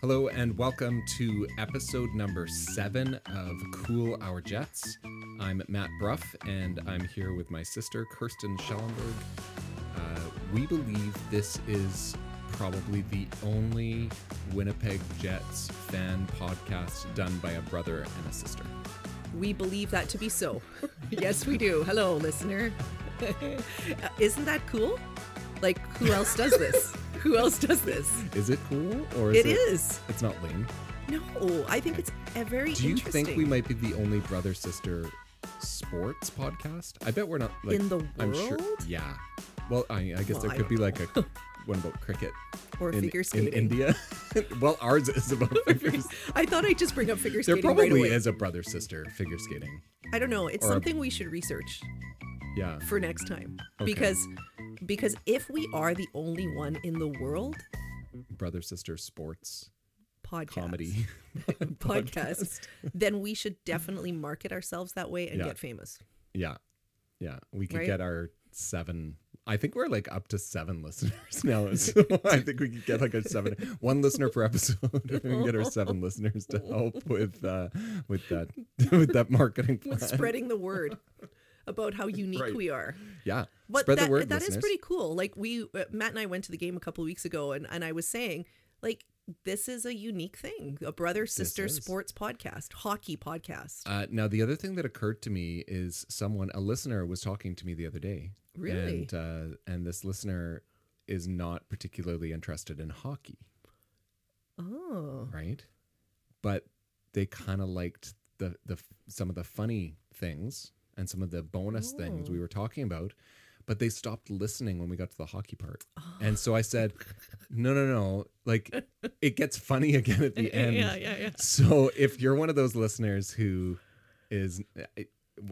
Hello and welcome to episode number seven of Cool Our Jets. I'm Matt Bruff and I'm here with my sister, Kirsten Schellenberg. Uh, we believe this is probably the only Winnipeg Jets fan podcast done by a brother and a sister. We believe that to be so. yes, we do. Hello, listener. Uh, Isn't that cool? Like, who else does this? who else does this? Is it cool or is It it, is. It's not lean. No, I think it's a very Do you interesting. think we might be the only brother sister sports podcast? I bet we're not like In the I'm sure. world? Yeah. Well, I, I guess Well, there I could don't be like a one about cricket or in, figure in skating? India. well, ours is about figure. skating. I thought I'd just bring up figure There skating probably right away. is a brother sister figure skating. I don't know. It's or a- something we should research Yeah. for next time Okay. because because if we are the only one in the world Brother sister sports podcast comedy. podcast, then we should definitely market ourselves that way and Yeah. get famous. yeah. Yeah. We could Right? get our seven. I think we're like up to seven listeners now. So I think we could get like a seven, one listener per episode. we can get our seven listeners to help with uh, with that with that marketing plan. with spreading the word about how unique Right. we are. yeah, But spread that, the word, that is listeners. pretty cool. Like we uh, Matt and I went to the game a couple weeks ago and and I was saying like this is a unique thing. A brother sister is. sports podcast, hockey podcast. Uh, now, the other thing that occurred to me is someone, a listener, was talking to me the other day. Really? And, uh, and this listener is not particularly interested in hockey, oh. right? But they kind of liked the, the f- some of the funny things and some of the bonus things Oh. we were talking about. But they stopped listening when we got to the hockey part. Oh. And so I said, no, no, no. Like, it gets funny again at the end. yeah, yeah, yeah. So if you're one of those listeners who is eh,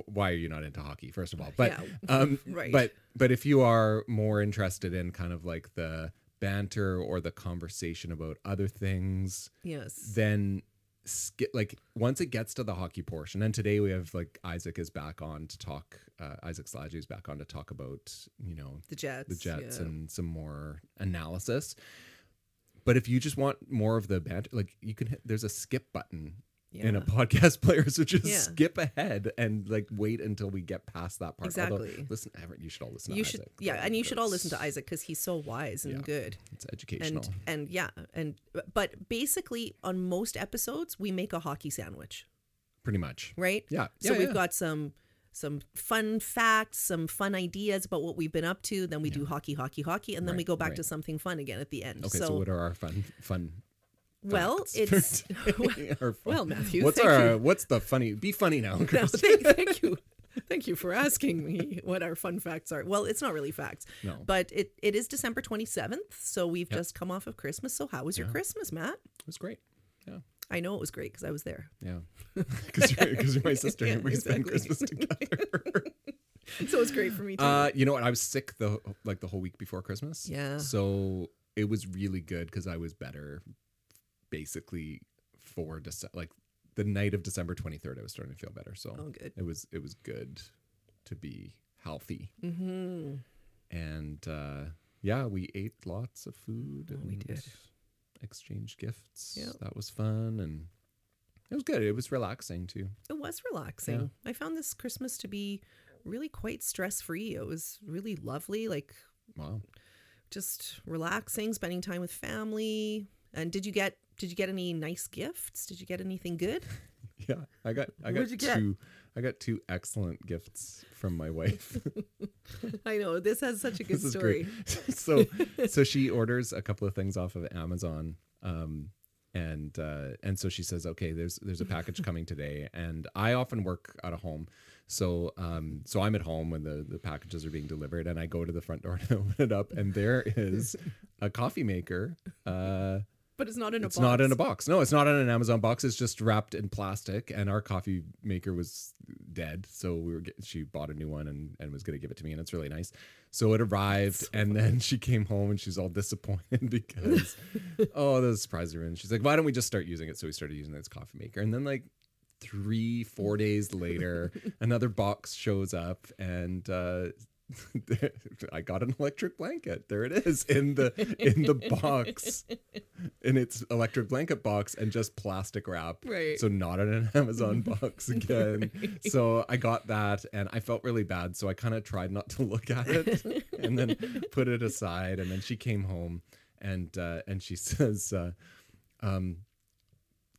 why are you not into hockey first of all but Yeah, um right. but but if you are more interested in kind of like the banter or the conversation about other things Yes. then skip like once it gets to the hockey portion and today we have like Isaac is back on to talk uh, Isaac Slaggy is back on to talk about you know The Jets. the Jets yeah. and some more analysis. But if you just want more of the banter, like you can, hit, there's a skip button in a Yeah. podcast player, so just Yeah. skip ahead and like wait until we get past that part. Although, Exactly. listen, Everett, you should all listen. you to should Isaac. yeah, and you should all listen to It's- Isaac cuz he's so wise and Yeah. good. It's educational. And and yeah, and but basically on most episodes we make a hockey sandwich. pretty much. right? Yeah. So Yeah, we've yeah. got some some fun facts, some fun ideas about what we've been up to. Then we do hockey, hockey, hockey, and then we Right, go back right. to something fun again at the end. Okay, so, so, what are our fun fun? well, facts for it's today? Our fun- well, Matthew, What's thank our you. what's the funny? Be funny now. no, Chris. thank, thank you, thank you for asking me what our fun facts are. Well, it's not really facts, No. but it it is December twenty seventh, so we've just come off of Christmas. So how was your Christmas, Matt? It was great. Yeah. I know it was great because I was there. Yeah. Because you're, 'cause you're my sister. Yeah, and we spend exactly. Christmas together. So it was great for me too. Uh, you know what? I was sick the like the whole week before Christmas. Yeah. So it was really good because I was better, basically for December, like the night of December twenty third. I was starting to feel better. So Oh, good. it was it was good to be healthy hmm and uh, yeah, we ate lots of food. Oh, and we did. Exchanged gifts. Yep. That was fun and it was good. It was relaxing too. It was relaxing. I found this Christmas to be really quite stress free. It was really lovely, like Wow. just relaxing, spending time with family. And did you get did you get any nice gifts? Did you get anything good? Yeah, I got I got What'd you get? two I got two excellent gifts from my wife. I know this has such a good this is story. great. so so she orders a couple of things off of Amazon. Um and uh and so she says, "Okay, there's there's a package coming today." And I often work out of home. So um so I'm at home when the the packages are being delivered and I go to the front door to open it up and there is a coffee maker uh But it's not in a it's box. not in a box. No, it's not in an Amazon box. It's just wrapped in plastic. And our coffee maker was dead, so we were. Get, she bought a new one and, and was gonna give it to me, and it's really nice. So it arrived, and then she came home and she's all disappointed because oh, the surprise her in. She's like, why don't we just start using it? So we started using this coffee maker, and then like three, four days later, another box shows up, and uh, I got an electric blanket. There it is in the in the box, in its electric blanket box, and just plastic wrap. Right. So not in an Amazon box again. So I got that, and I felt really bad. So I kind of tried not to look at it, and then put it aside. And then she came home, and uh, and she says, uh, um,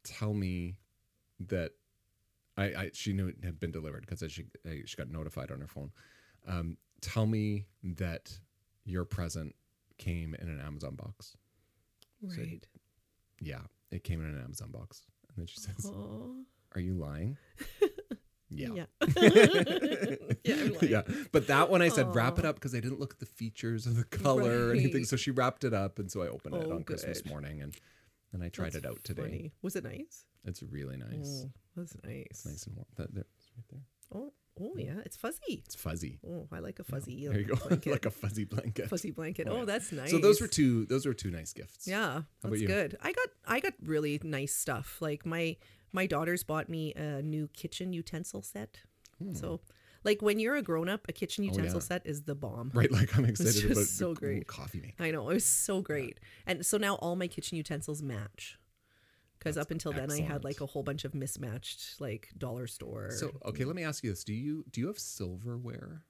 "Tell me that." I, I she knew it had been delivered because she I, she got notified on her phone um, tell me that your present came in an Amazon box. Right. Yeah, it came in an Amazon box. And then she says, Oh. Aw. Are you lying? Yeah. Yeah. Yeah, I'm yeah, lying. But that one I said wrap it Aw. up because I didn't look at the features or the color or anything. Right. So she wrapped it up, and so I opened it Oh, on Christmas good. morning, and and I tried That's it out today. funny. Was it nice? It's really nice. Oh, that's nice. It's nice and warm. That, there, it's right there. Oh, oh yeah, it's fuzzy. It's fuzzy. Oh, I like a fuzzy. There you go, Blanket. like a fuzzy blanket. fuzzy blanket. Oh, Oh, yeah. that's nice. So those were two. Those were two nice gifts. Yeah, about that's you? good. I got I got really nice stuff. Like my my daughters bought me a new kitchen utensil set. So, like when you're a grown up, a kitchen utensil Hmm. Oh, yeah. set is the bomb. Right, like I'm excited just about the so cool great. coffee maker. I know it was so great, and so now all my kitchen utensils match. Because That's up until then, I had excellent. like a whole bunch of mismatched like dollar store. So okay, let me ask you this: Do you do you have silverware?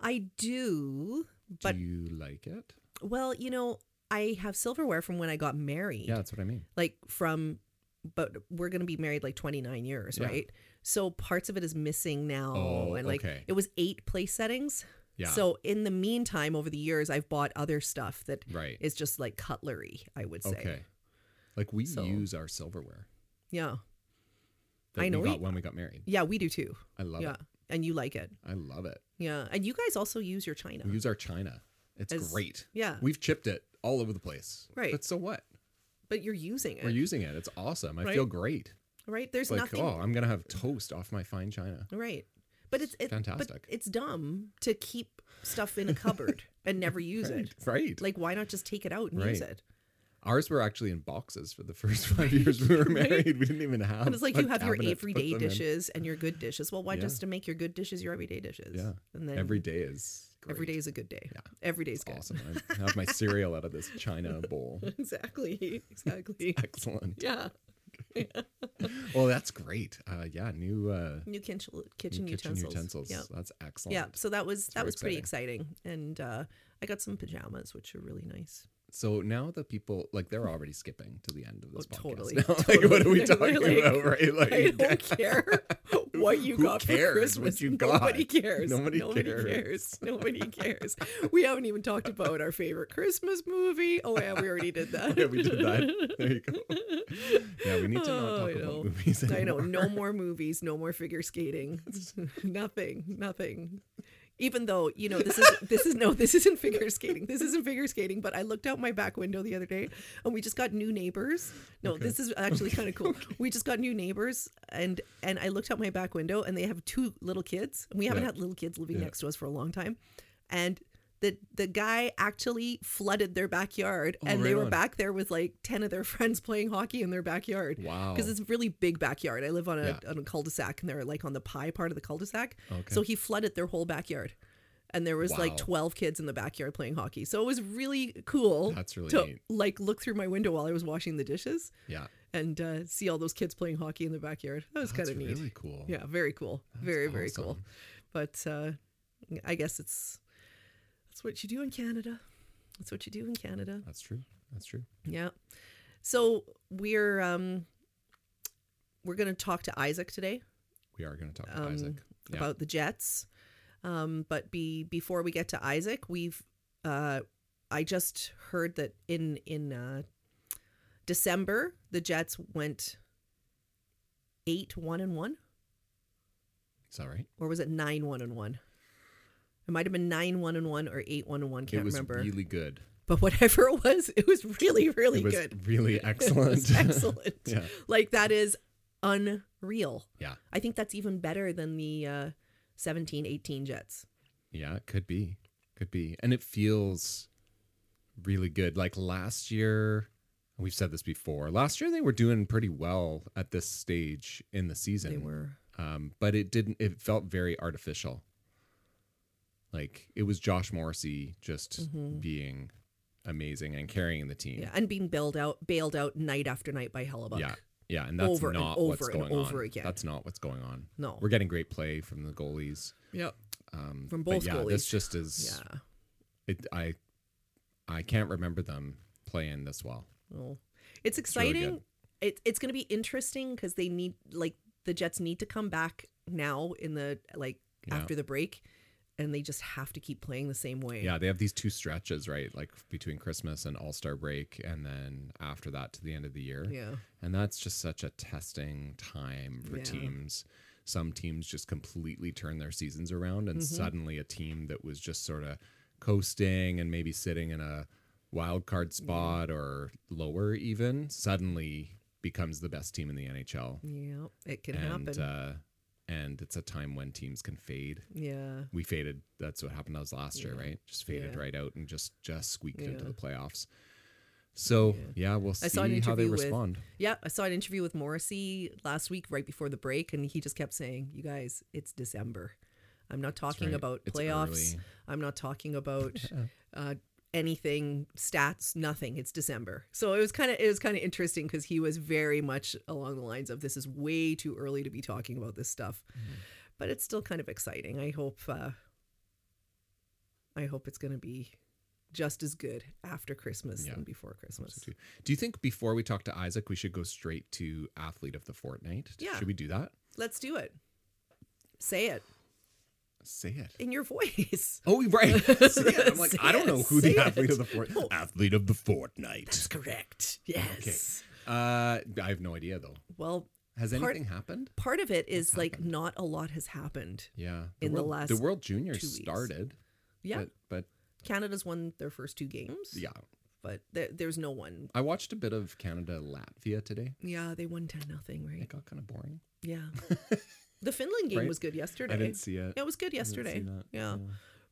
I do, but do you like it? well, you know, I have silverware from when I got married. Yeah, that's what I mean. like from but we're going to be married like 29 years Yeah. right so parts of it is missing now Oh, and like okay. it was eight place settings Yeah. so in the meantime over the years i've bought other stuff that is right. just like cutlery i would say Okay. Like we So- use our silverware. yeah That I know we got we- when we got married. yeah we do too I love yeah it. and you like it I love it. yeah and you guys also use your china We use our china. It's As- great. yeah We've chipped it all over the place. Right. But so what? but you're using it We're using it. It's awesome. I Right? feel great. right there's It's like, nothing oh, I'm gonna have toast off my fine china. right but it's it, fantastic. but it's dumb to keep stuff in a cupboard and never use it Right. Like, why not just take it out and use Right. it? Ours were actually in boxes for the first five years we were married. We didn't even have. But it's like a you have your cabinet to put everyday them in. dishes and your good dishes. Well, why Yeah. just to make your good dishes your everyday dishes? Yeah. And then Every day is great. every day is a good day. Yeah. Every day's It's good. awesome. I have my cereal out of this china bowl. exactly. Exactly. Excellent. yeah. Well, that's great. Uh, yeah, new, uh, new New kitchen kitchen kitchen, utensils. utensils. Yeah. That's excellent. Yeah. So that was that very was pretty exciting, and uh, I got some pajamas, which are really nice. So now the people like they're already skipping to the end of this Oh, podcast. totally, now. Like, totally. what are we They're talking like, about? Right? Like, I don't care what you Who got cares for Christmas. what you got? Nobody cares. Nobody cares. cares. Nobody cares. We haven't even talked about our favorite Christmas movie. Oh yeah, we already did that. yeah, we did that. There you go. Yeah, we need to not Oh, talk I about know. movies anymore. I know. No more movies. No more figure skating. nothing. Nothing. Even though you know this is this is no this isn't figure skating this isn't figure skating but I looked out my back window the other day and we just got new neighbors no this is actually kind of cool we just got new neighbors and and I looked out my back window and they have two little kids we haven't Yeah. had little kids living Yeah. next to us for a long time and the the guy actually flooded their backyard and they Oh, right were on. back there with like ten of their friends playing hockey in their backyard Wow. because it's a really big backyard. I live on a on a cul-de-sac, and they're like on the pie part of the cul-de-sac. Okay. So he flooded their whole backyard, and there was Wow. like twelve kids in the backyard playing hockey. So it was really cool. That's really to neat. like look through my window while I was washing the dishes yeah, and uh, see all those kids playing hockey in the backyard. That was that's kind of neat. Really cool. Yeah, very cool. very very cool. awesome. But uh, I guess it's that's what you do in Canada. That's what you do in Canada. that's true. That's true. Yeah. So we're um we're gonna talk to Isaac today We are going to talk to um, Isaac. Yeah. about the Jets. Um, but be before we get to Isaac, we've uh I just heard that in in uh December the Jets went eight one and one, Is that right? or was it nine one and one? It might have been nine one and one or eight one and one. Can't it was remember. really good. but whatever it was, it was really really it was good. really It excellent. was excellent. yeah. Like that is unreal. Yeah. I think that's even better than the uh 17 18 Jets. Yeah, it could be. Could be. And it feels really good. Like last year, we've said this before. Last year they were doing pretty well at this stage in the season. They were Um, but it didn't it felt very artificial. Like it was Josh Morrissey just Mhm. being amazing and carrying the team. Yeah, and being bailed out, bailed out night after night by Hellebuck. Yeah. Yeah, and that's Over and not what's over and going over on. again. That's not what's going on. no, We're getting great play from the goalies. yep, Um, From but both yeah, This goalies. just is. yeah. It, I, I can't remember them playing this well. Well, it's really exciting. good. it, it's going to be interesting because they need like the Jets need to come back now in the like Yeah. after the break, and they just have to keep playing the same way. Yeah, they have these two stretches, right? Like between Christmas and All Star break, and then after that to the end of the year. yeah, And that's just such a testing time for Yeah. teams. Some teams just completely turn their seasons around, and Mhm. suddenly a team that was just sort of coasting and maybe sitting in a wild card spot or lower, even suddenly becomes the best team in the NHL. yeah. It can and happen. Uh, and it's a time when teams can fade yeah, we faded. That's what happened to us last year, Yeah. right? Just faded Yeah. right out and just just squeaked into Yeah. the playoffs. So Yeah. yeah, we'll see I saw an how they interview with- respond. yeah. I saw an interview with Morrissey last week, right before the break, and he just kept saying, "You guys, it's December. I'm not That's talking right. about It's playoffs. early. I'm not talking about uh, anything stats nothing it's december so it was kind of it was kind of interesting because he was very much along the lines of this is way too early to be talking about this stuff Mm-hmm. but it's still kind of exciting i hope uh i hope it's going to be just as good after christmas Yeah. than before christmas too. Do you think before we talk to Isaac, we should go straight to athlete of the fortnight? Yeah. Should we do that? let's do it say it Say it. in your voice Oh, right. Say it. I'm like, Say I don't it, know who say the athlete it. of the fort No. athlete of the fortnight. that's correct yes Uh, I have no idea though. well Has Part- anything happened? part of it is What's like happened? not a lot has happened Yeah. In the world, last the World two Juniors weeks. started. yeah But, but Canada's won their first two games. Uh, yeah, But there, there's no one. I watched a bit of Canada Latvia today. Yeah, they won 10 nothing, It right? got kind of boring. Yeah. the Finland game Right? was good yesterday. I didn't see it. it was good I didn't see yesterday. that. Yeah.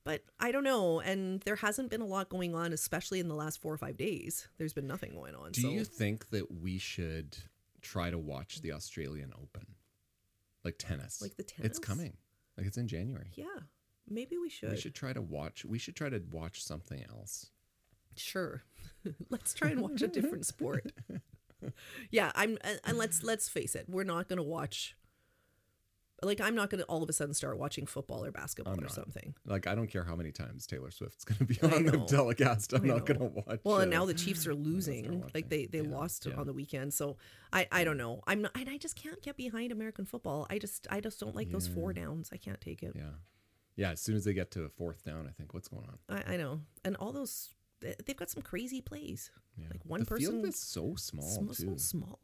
But I don't know. And there hasn't been a lot going on, especially in the last four or five days. There's been nothing going on. Do so you think that we should try to watch the Australian Open, like tennis? like the tennis? it's coming. Like it's in January. Yeah. Maybe we should. We should try to watch. We should try to watch something else. Sure. let's try and watch a different sport. yeah, I'm and- and let's let's face it. We're not going to watch like I'm not going to all of a sudden start watching football or basketball I'm or not. something. Like I don't care how many times Taylor Swift's going to be I on the know. telecast. I'm I not going to know. watch. Well, and uh, now the Chiefs are losing. watching. Like they they Yeah, lost yeah. on the weekend, so I I don't know. I'm not, and I just can't get behind American football. I just I just don't like those Yeah. four downs. I can't take it. yeah, yeah. As soon as they get to a fourth down, I think what's going on. I, I know, and all those they- they've got some crazy plays. Yeah. Like, one the person field is so small Small, too. so small,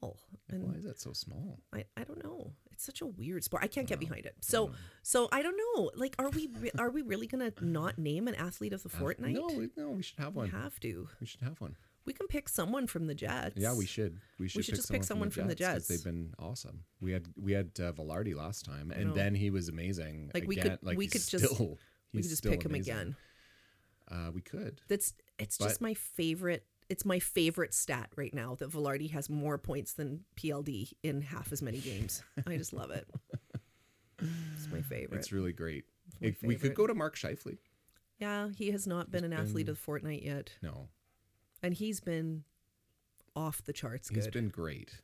Like, Why and is that so small? I, I don't know. It's such a weird sport. I can't Wow. get Mm. behind it. So Wow. so I don't know. Like, are we re- are we really gonna not name an athlete of the Uh, Fortnite? No, we, no. We should have we one. have to. we should have one. We can pick someone from the Jets. Yeah, we should. We should, should just pick someone from the 'cause Jets. They've been awesome. We had we had uh, Velarde last time, and know. then he was amazing. Like, we could- again. like we he's could still, just- We he's could just still pick him amazing. again. Uh, we could. That's it's But- just my favorite. It's my favorite stat right now that Velarde has more points than PLD in half as many games. I just love it. It's my favorite. It's really great. my If we could favorite. go to Mark Shifley. yeah, he has not been an He's athlete been- of Fortnite yet, No, and he's been off the charts he's good. been great.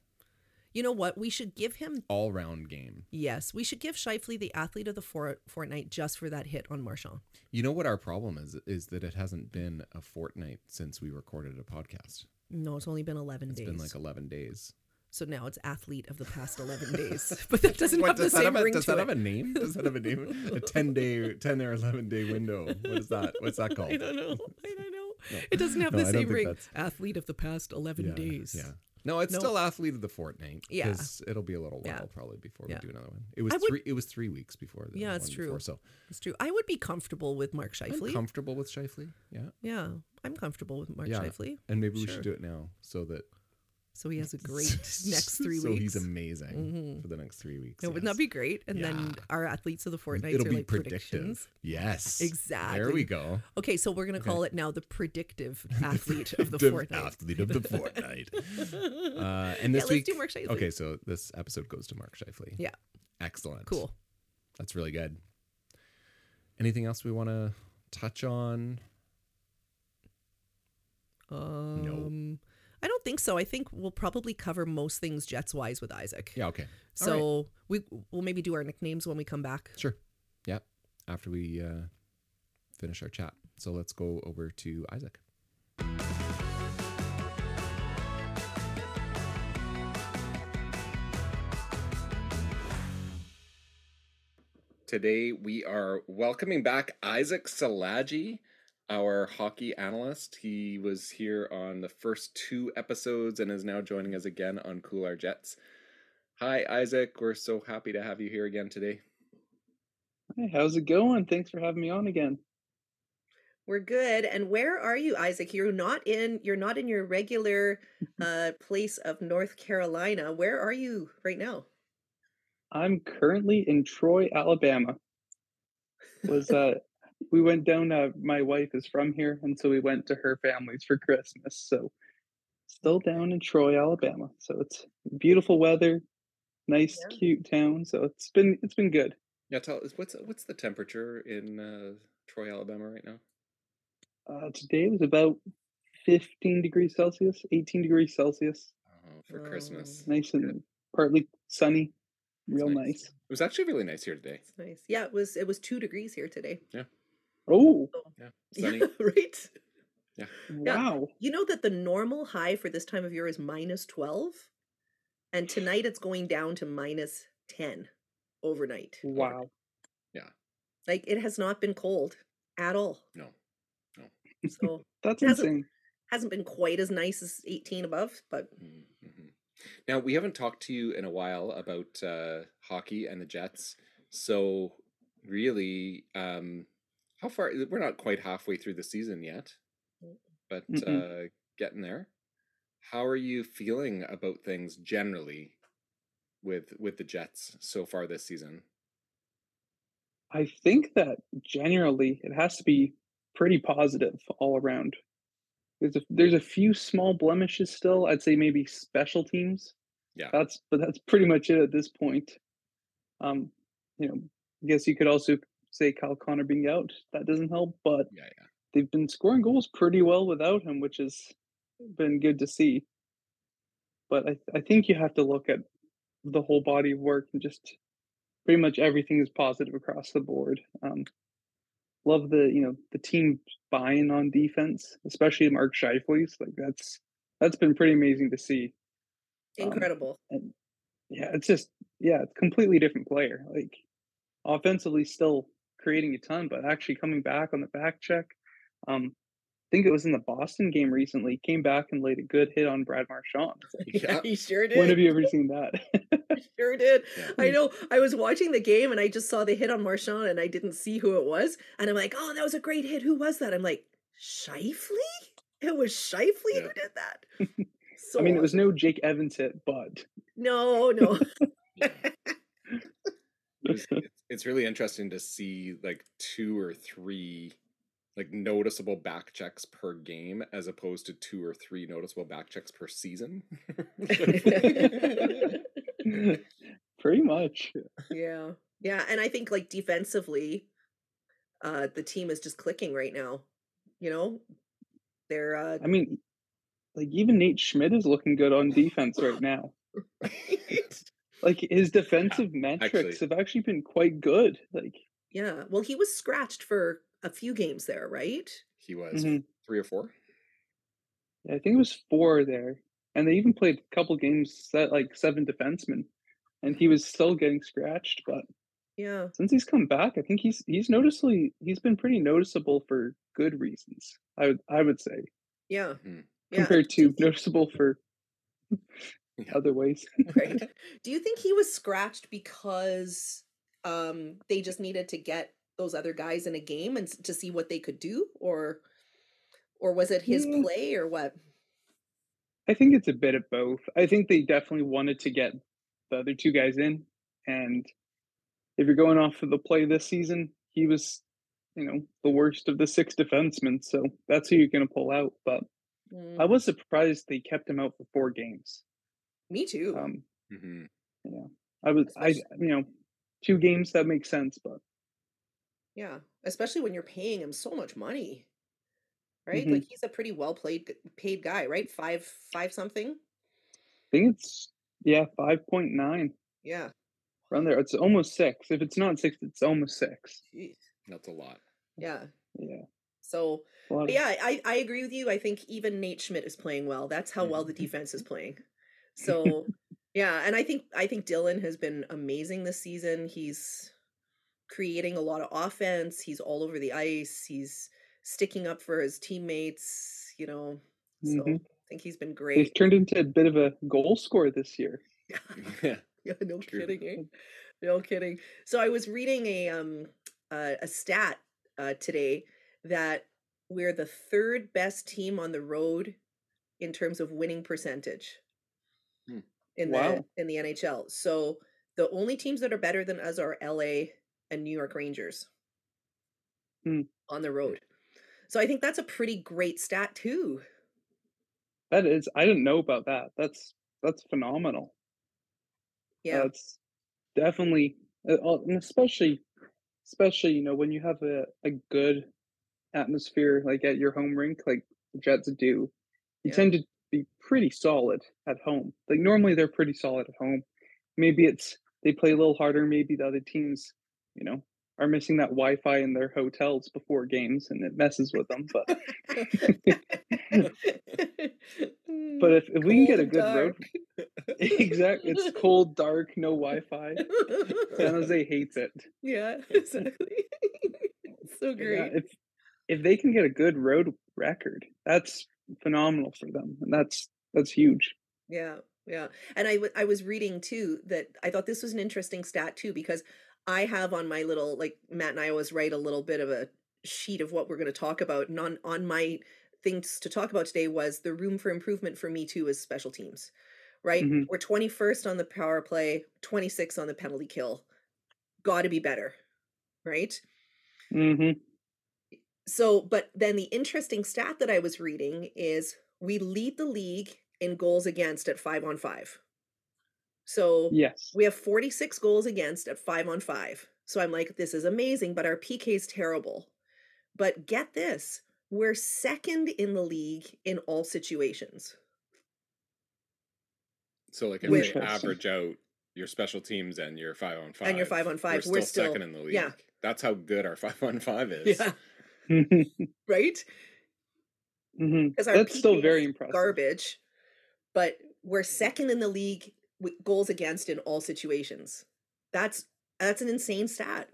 you know what? We should give him. All round game. Yes, we should give Shifley the athlete of the for- Fortnite just for that hit on Marchand. You know what our problem is? Is that it hasn't been a fortnight since we recorded a podcast. No, it's only been 11 It's days. been like eleven days. so now it's athlete of the past 11 days. But that doesn't have does the that same have, a, ring does to that it. have a name? Does that have a name? A ten day, ten or eleven day window. What is that? What's that called? I don't know. I don't know. It doesn't have No, the I don't same think ring. that's- Athlete of the past 11 yeah, days. Yeah. No, it's No. still athlete of the fortnight. Yeah. Because it'll be a little while Yeah. probably before Yeah. we do another one. It was I would- three. It was three weeks before. The Yeah, it's one before, true. so It's true. I would be comfortable with Mark Shifley. I'm comfortable with Shifley. Yeah. yeah. I'm comfortable with Mark Yeah. Shifley. And maybe we Sure. should do it now so that So he has a great next three so weeks. he's amazing Mhm. for the next three weeks. it would yes. not be great. And then Yeah. our athletes of the Fortnights It'll are be like predictions. predictive. Yes. There Exactly. we go. Okay, so we're gonna call it now the predictive athlete of the The Fortnite. athlete of the fortnight. uh, and this yeah, let's week, do Mark Shifley. okay, so this episode goes to Mark Shifley. Yeah. Excellent. Cool. That's really good. Anything else we want to touch on? Um, I don't think so. I think we'll probably cover most things Jets wise with Isaac. Yeah, okay. So we we'll maybe do our nicknames when we come back. Sure. Yeah. After we uh, finish our chat. So let's go over to Isaac. Today we are welcoming back Isaac Salagi, our hockey analyst. He was here on the first two episodes and is now joining us again on Cool Our Jets. Hi, Isaac. We're so happy to have you here again today. Hey, how's it going? Thanks for having me on again. We're good. And where are you, Isaac? You're not in you're not in your regular uh place of North Carolina. Where are you right now? I'm currently in Troy, Alabama. Was uh we went down uh my wife is from here and so we went to her family's for Christmas. So still down in Troy, Alabama. So it's beautiful weather, nice Yeah. cute town. So it's been it's been good. Now tell us what's what's the temperature in uh, Troy, Alabama right now? Uh today was about 15 degrees Celsius, 18 degrees Celsius. Oh, for Christmas. Oh. It Nice Good. and partly sunny. That's Real nice. nice. was actually really nice here today. It's nice. Yeah, it was it was two degrees here today. Oh, Yeah, Yeah, sunny. right. wow. You know that the normal high for this time of year is minus twelve, and tonight it's going down to minus ten overnight. Wow. Like it has not been cold at all. No, no. So That's That's a- insane. hasn't been quite as nice as eighteen above, but Mm, mhm. Now we haven't talked to you in a while about uh, hockey and the Jets. So really, um, how far? We're not quite halfway through the season yet, but Mm-mm. uh, getting there. How are you feeling about things generally with with the Jets so far this season? I think that generally it has to be pretty positive all around. There's a there's a few small blemishes still. I'd say maybe special teams. Yeah. That's but that's pretty much it at this point. Um, you know, I guess you could also say Kyle Connor being out. That doesn't help, but Yeah, yeah. they've been scoring goals pretty well without him, which has been good to see. But I, I think you have to look at the whole body of work and just pretty much everything is positive across the board. Um, love the you know the team buy-in on defense, especially Mark Scheifele's. Like that's that's been pretty amazing to see. Um, incredible. Yeah, it's just yeah, it's a completely different player. Like offensively still creating a ton, but actually coming back on the back check. Um I think it was in the Boston game recently, came back and laid a good hit on Brad Marchand. It's like, Yeah. he sure did. When have you ever seen that? sure did. Yeah. Hmm. I know. I was watching the game and I just saw the hit on Marchand and I didn't see who it was. And I'm like, oh, that was a great hit. Who was that? I'm like, Shifley? It was Shifley Yeah. who did that. So I mean, it was awesome. no Jake Evans hit, but no, no. it was- it's- it's really interesting to see like two or three like noticeable back checks per game as opposed to two or three noticeable back checks per season. pretty much. yeah, yeah. And I think like defensively, uh, the team is just clicking right now. You know, they're uh, I mean, like even Nate Schmidt is looking good on defense right now. Like his defensive metrics have actually been quite good. Like yeah. Well, he was scratched for a few games there, right? he was Mm-hmm. Mhm. three or four. I think it was four there, and they even played a couple games set like seven defensemen, and he was still getting scratched. But Yeah. since he's come back, I think he's he's noticeably he's been pretty noticeable for good reasons. I would I would say Yeah. Mhm. Yeah. compared to noticeable for Yeah. other ways. right do you think he was scratched because um they just needed to get those other guys in a game and s- to see what they could do or or was it his Yeah. play or what I think it's a bit of both. I think they definitely wanted to get the other two guys in, and if you're going off of the play this season, he was, you know, the worst of the six defensemen. So that's who you're going to pull out. But Mm, I was surprised they kept him out for four games. me too Um, hmm I was, I, Especially- you know, two games that makes sense, but yeah especially when you're paying him so much money. Right? Mm-hmm. Like he's a pretty well played paid guy, right? 5 5 something. I think it's yeah, five point nine Yeah. around there. It's almost six. If it's not six, it's almost six. Jeez. That's a lot. Yeah. Yeah, So, a lot but of- yeah, I, I agree with you. I think even Nate Schmidt is playing well. That's how well the defense is playing. So, yeah, and I think I think Dylan has been amazing this season. He's creating a lot of offense. He's all over the ice. He's sticking up for his teammates. You know, so Mhm. I think he's been He's great. turned into a bit of a goal scorer this year. Yeah. Yeah, no True. kidding. eh? No kidding. So I was reading a um uh, a stat uh, today that we're the third best team on the road in terms of winning percentage Hmm. in Wow. the in the NHL. So the only teams that are better than us are LA and New York Rangers Hmm. on the road. So I think that's a pretty great stat too. That is, I didn't know about that. That's that's phenomenal. Yeah. That's definitely, uh, uh, and especially, especially you know when you have a, a good atmosphere like at your home rink, like the Jets do, you Yeah. tend to be pretty solid at home. Like normally they're pretty solid at home. Maybe it's they play a little harder. Maybe the other teams, you know, are missing that Wi-Fi in their hotels before games, and it messes with them. But but if, if we can get a good road, exactly, it's cold, dark, no Wi-Fi. San Jose hates it. yeah, exactly. so Yeah, great. if if they can get a good road record, that's phenomenal for them, and that's that's huge. Yeah, yeah. And I w- I was reading too that I thought this was an interesting stat too because I have on my little like Matt and I always write a little bit of a sheet of what we're going to talk about. And on on my things to talk about today was the room for improvement for me too is special teams. Right? Mhm. We're 21st on the power play, 26 on the penalty kill. Got to be better. Right? hmm So, but then the interesting stat that I was reading is we lead the league in goals against at five on five. So Yes. we have 46 goals against at five on five. So I'm like, this is amazing, but our PK is terrible. But get this we're second in the league in all situations. So like if With- they average out your special teams and your five on five, And your five on five, we're, we're still still- second in the league. yeah. That's how good our five on five is. Mhm. Right? Mm-hmm. Because our That's still PK very is impressive. Garbage, but we're second in the league with goals against in all situations. That's that's an insane stat.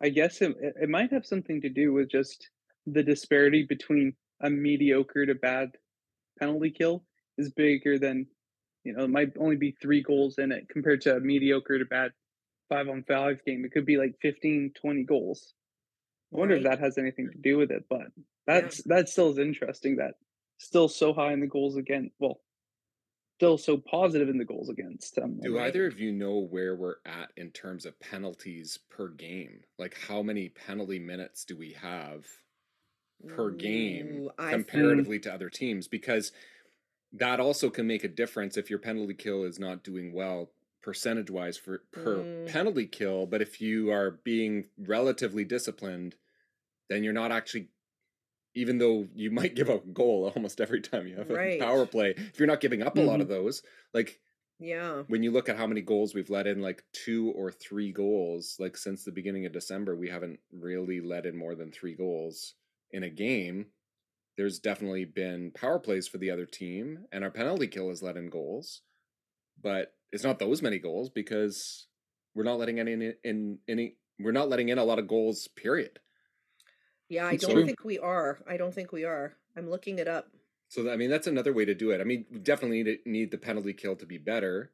I guess it, it it might have something to do with just the disparity between a mediocre to bad penalty kill is bigger than you know it might only be three goals in it compared to a mediocre to bad five on five game it could be like 15 20 goals i wonder if Right. that has anything to do with it but that's that still is interesting that still so high in the goals against well still so positive in the goals against um, Do Right. either of you know where we're at in terms of penalties per game? Like how many penalty minutes do we have per game Ooh, I th- comparatively to other teams? Because that also can make a difference if your penalty kill is not doing well percentage wise for per Mm. penalty kill, but if you are being relatively disciplined, then you're not actually even though you might give up a goal almost every time you have a Right. Mm-hmm. power play, if you're not giving up a lot of those, like yeah. when you look at how many goals we've let in, like two or three goals, like since the beginning of December, we haven't really let in more than three goals in a game. There's definitely been power plays for the other team, and our penalty kill has let in goals, but it's not those many goals because we're not letting any in, in any. We're not letting in a lot of goals. Period. Yeah, I It's don't true. think we are. I don't think we are. I'm looking it up. So that- I mean, that's another way to do it. I mean, we definitely need, need the penalty kill to be better.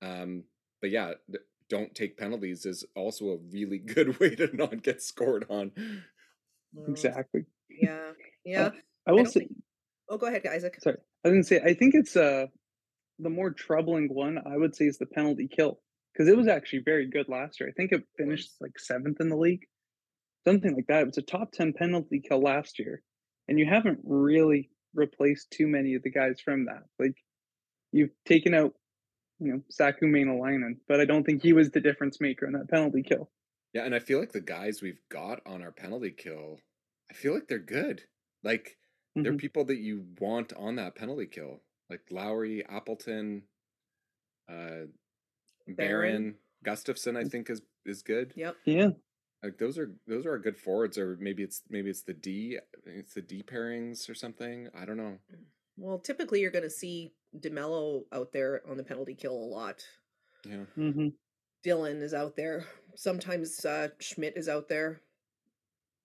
Um, but yeah, th- don't take penalties is also a really good way to not get scored on. Mm, exactly Yeah. Yeah. i will don't say think- Oh, go ahead, Isaac. Sorry. I didn't say. I think it's uh the more troubling one. I would say is the penalty kill because it was actually very good last year. I think it finished like seventh in the league, something like that. It was a top ten penalty kill last year, and you haven't really replaced too many of the guys from that. Like you've taken out, you know, Saku Mainalainen, but I don't think he was the difference maker in that penalty kill. Yeah, and I feel like the guys we've got on our penalty kill, I feel like they're good. Like they're Mhm. people that you want on that penalty kill, like Lowry, Appleton, uh, Baron, Barron. Gustafson. I think is is good. Yep. Yeah. Like those are those are our good forwards, or maybe it's maybe it's the D, it's the D pairings or something. I don't know. Well, typically you're going to see DeMello out there on the penalty kill a lot. Yeah, hmm Dylan is out there. Sometimes uh, Schmidt is out there.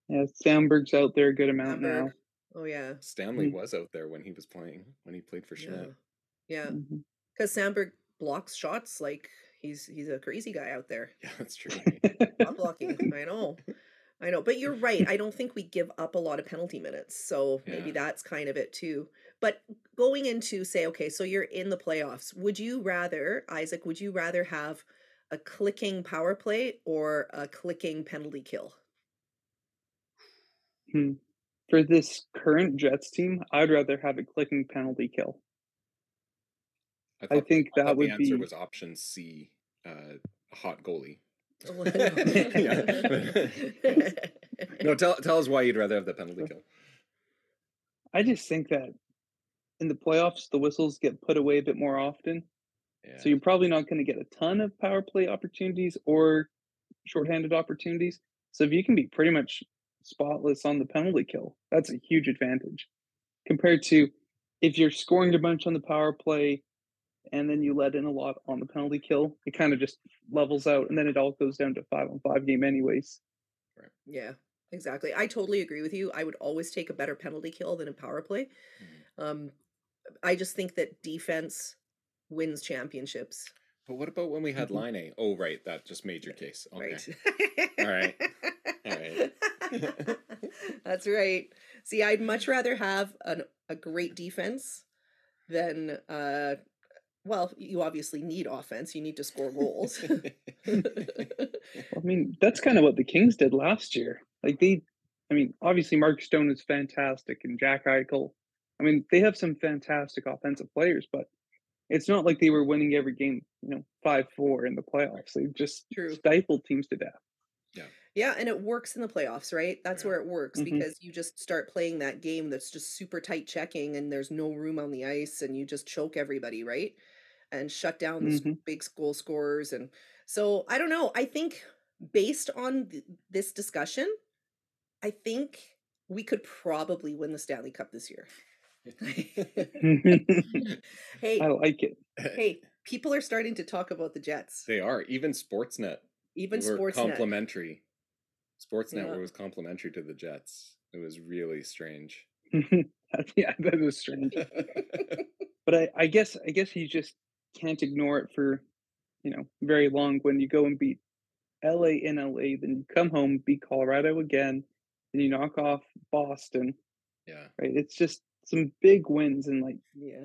Yeah. Sandberg's out there a good amount Hamburg. Oh yeah. Stanley Mm. was out there when he was playing when he played for Schmidt. Yeah. now. Yeah. Mhm. Because Sandberg blocks shots like he's he's a crazy guy out there. Yeah, that's true. Shot blocking. I know. I know. But you're right. I don't think we give up a lot of penalty minutes. So maybe Yeah. that's kind of it too. But going into say, okay, so you're in the playoffs. Would you rather, Isaac, would you rather have a clicking power play or a clicking penalty kill? Hmm. For this current Jets team, I'd rather have a clicking penalty kill. I thought- think I thought that would the be answer was option C, uh, hot goalie. No, tell tell us why you'd rather have the penalty kill. I just think that in the playoffs, the whistles get put away a bit more often. Yeah. So you're probably not going to get a ton of power play opportunities or shorthanded opportunities. So if you can be pretty much spotless on the penalty kill, that's a huge advantage compared to if you're scoring a bunch on the power play and then you let in a lot on the penalty kill, it kind of just levels out and then it all goes down to five on five game anyways. Yeah, exactly. I totally agree with you. I would always take a better penalty kill than a power play. Um, I just think that defense wins championships, but what about when we Mm-hmm. had line A? Oh, right, that just made your case. Okay. right? All right. All right. That's right. See, I'd much rather have an, a great defense than, uh, well, you obviously need offense. You need to score goals. I mean, that's kind of what the Kings did last year. Like they, I mean, obviously Mark Stone is fantastic and Jack Eichel. I mean, they have some fantastic offensive players, but it's not like they were winning every game, you know, five four in the playoffs. They just True. stifled teams to death. Yeah, and it works in the playoffs, right? That's Yeah. Mm-hmm. where it works Mhm. because you just start playing that game that's just super tight checking and there's no room on the ice and you just choke everybody, right? And shut down the s- Mm-hmm. Mhm. big goal scorers. And so I don't know. I think based on th- this discussion, I think we could probably win the Stanley Cup this year. hey, I like it. hey, people are starting to talk about the Jets, they are even Sportsnet. even were Sportsnet. complimentary. Sportsnet Yeah. was complimentary to the Jets. It was really strange. yeah, that is strange. But I, I guess, I guess you just can't ignore it for, you know, very long. When you go and beat L.A. in L.A., then you come home, beat Colorado again, then you knock off Boston. yeah. right? It's just some big wins and like Yeah,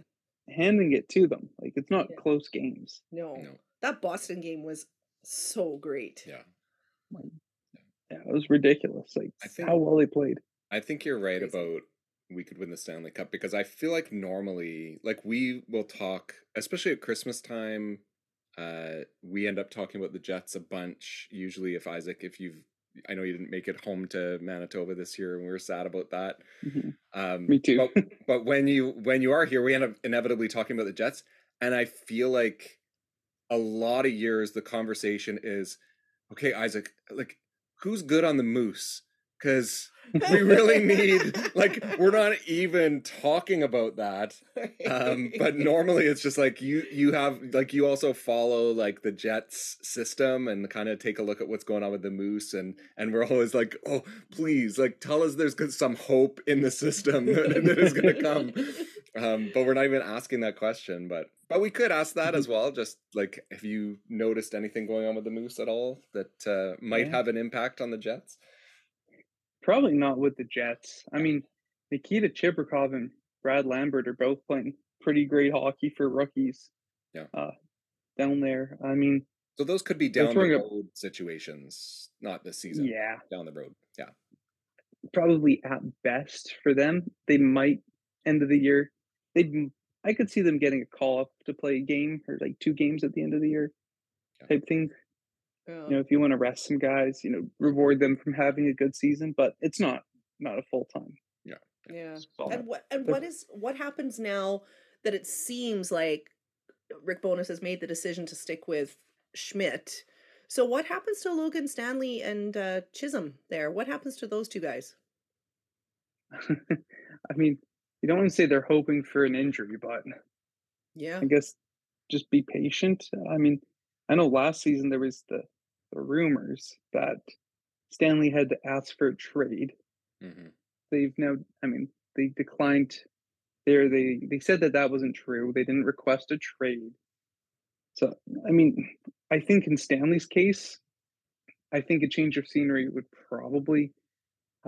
handing it to them. Like it's not Yeah. close games. no. No. That Boston game was so great. Yeah. Like, yeah, it was ridiculous. Like I think- how well they played. I think you're right Crazy. about we could win the Stanley Cup because I feel like normally, like we will talk, especially at Christmas time, uh, we end up talking about the Jets a bunch. Usually, if Isaac, if you've, I know you didn't make it home to Manitoba this year, and we were sad about that. Mhm. Um, Me too. But, but when you when you are here, we end up inevitably talking about the Jets, and I feel like a lot of years the conversation is, okay, Isaac, like who's good on the moose? Because we really need like we're not even talking about that um but normally it's just like you you have like you also follow like the jets system and kind of take a look at what's going on with the moose and and we're always like oh please like tell us there's good- some hope in the system that that is going to come um but we're not even asking that question but but we could ask that as well just like have you noticed anything going on with the moose at all that uh, might Yeah. have an impact on the jets Probably not with the Jets. I mean, Nikita Chibrikov and Brad Lambert are both playing pretty great hockey for rookies. Yeah. Uh, down there. I mean, So those could be They're down the throwing up- road situations, not this season. yeah, Down the road. Yeah. probably at best for them, they might end of the year. They, I could see them getting a call up to play a game or like two games at the end of the year, Yeah. type thing. Yeah. You know, if you want to rest some guys, you know, reward them from having a good season, but it's not not a full time. yeah. Well, And what and But- what is what happens now that it seems like Rick Bonus has made the decision to stick with Schmidt? So what happens to Logan Stanley and uh, Chisholm there? What happens to those two guys? I mean, you don't want to say they're hoping for an injury, but Yeah, I guess just be patient. I mean, I know last season there was the the rumors that Stanley had to ask for a trade. hmm They've now, I mean, they declined. There, they they said that that wasn't true. They didn't request a trade. So, I mean, I think in Stanley's case, I think a change of scenery would probably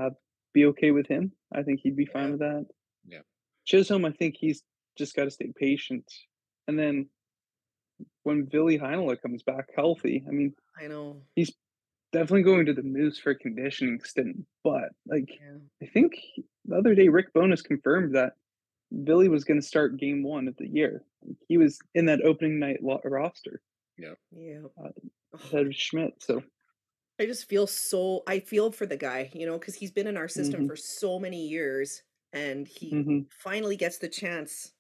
uh, be okay with him. I think he'd be fine Yeah. with that. Yeah. Chisholm, I think he's just got to stay patient. And then when Billy Heinola comes back healthy, I mean, I know. definitely going to the Moose for a conditioning stint. But like, Yeah. I think the other day Rick Bonus confirmed that Billy was going to start Game One of the year. He was in that opening night lo- roster Yeah. Uh, Ugh. ahead of Schmidt. So I just feel so I feel for the guy, you know, because he's been in our system Mhm. for so many years and he mhm. finally gets the chance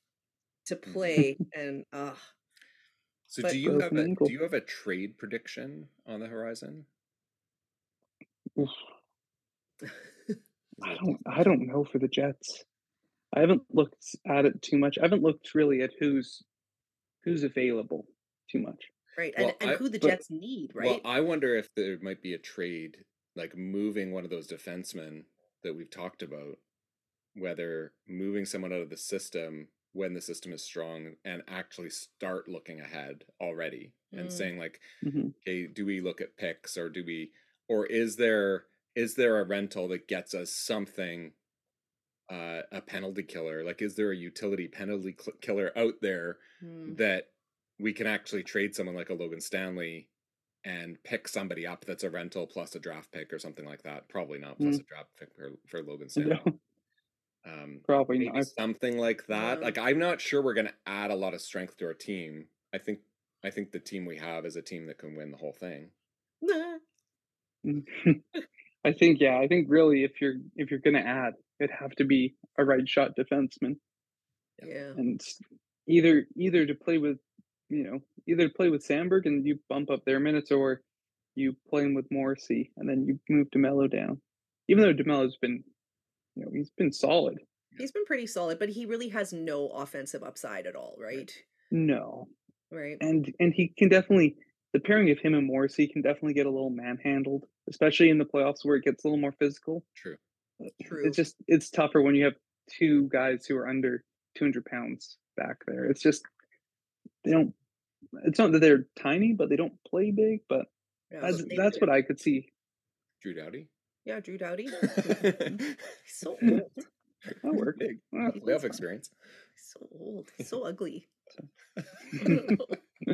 to play and uh So But- do you have Broken a ankle. do you have a trade prediction on the horizon? Oof. I don't. I don't know for the Jets. I haven't looked at it too much. I haven't looked really at who's who's available too much. right and, Well, and I- who the but- Jets need, right? Well, I wonder if there might be a trade, like moving one of those defensemen that we've talked about, whether moving someone out of the system when the system is strong and actually start looking ahead already and Mm. saying like, Mhm. okay, do we look at picks or do we or is there is there a rental that gets us something uh, a penalty killer? Like is there a utility penalty cl- killer out there Mm. Hmm. that we can actually trade someone like a Logan Stanley and pick somebody up that's a rental plus a draft pick or something like that. Probably not Mm. plus a draft pick for, for Logan Stanley. No, Um, probably maybe not. something like that. Yeah. Like I'm not sure we're going to add a lot of strength to our team. I think I think the team we have is a team that can win the whole thing. Nah. I think yeah. I think really, if you're if you're gonna add, it'd have to be a right shot defenseman, Yeah. Yeah. and s- either either to play with, you know, either to play with Sandberg and you bump up their minutes, or you play him with Morrissey and then you move Demelo down. Even though Demelo's been, you know, he's been solid. He's been pretty solid, but he really has no offensive upside at all, right? No, Right. and and he can definitely the pairing of him and Morrissey can definitely get a little manhandled, especially in the playoffs where it gets a little more physical. True. True. It's just it's tougher when you have two guys who are under 200 pounds back there. It's just they don't. It's not that they're tiny, but they don't play big. But Yeah, that's, they- that's what I could see. Drew Dowdy. Yeah, Drew Doughty. He's so Mm. old. He's That work. Big Ah, playoff experience. so old. He's so ugly. and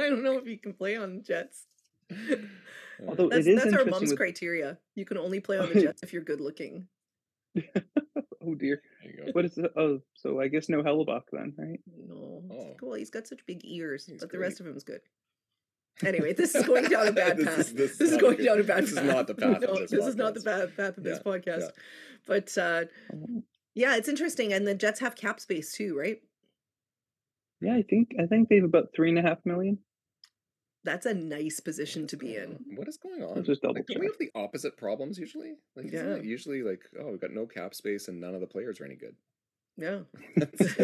I don't know if he can play on Jets. Although- It That's, that's is our interesting mom's with- criteria. You can only play on the Jets if you're good looking. oh dear. There you go. What is it? Oh, so I guess no Hellebuck then, right? No. it's like, Oh. well, he's got such big ears, He's but the rest of him's good. Anyway, this is going down a bad This is- path. this is This, is not a going good- down a bad this is path. not the path of No, this this, is not the podcast. bad path of this Yeah, podcast. But uh, Oh, yeah, it's interesting. And the Jets have cap space too, right? Yeah, I think I think they've about three and a half million. That's a nice position to be going in. on? What is going on? just double like, don't we check. have the opposite problems usually? Like, isn't Yeah. it usually like, oh, we've got no cap space and none of the players are any good. Yeah. That's- that's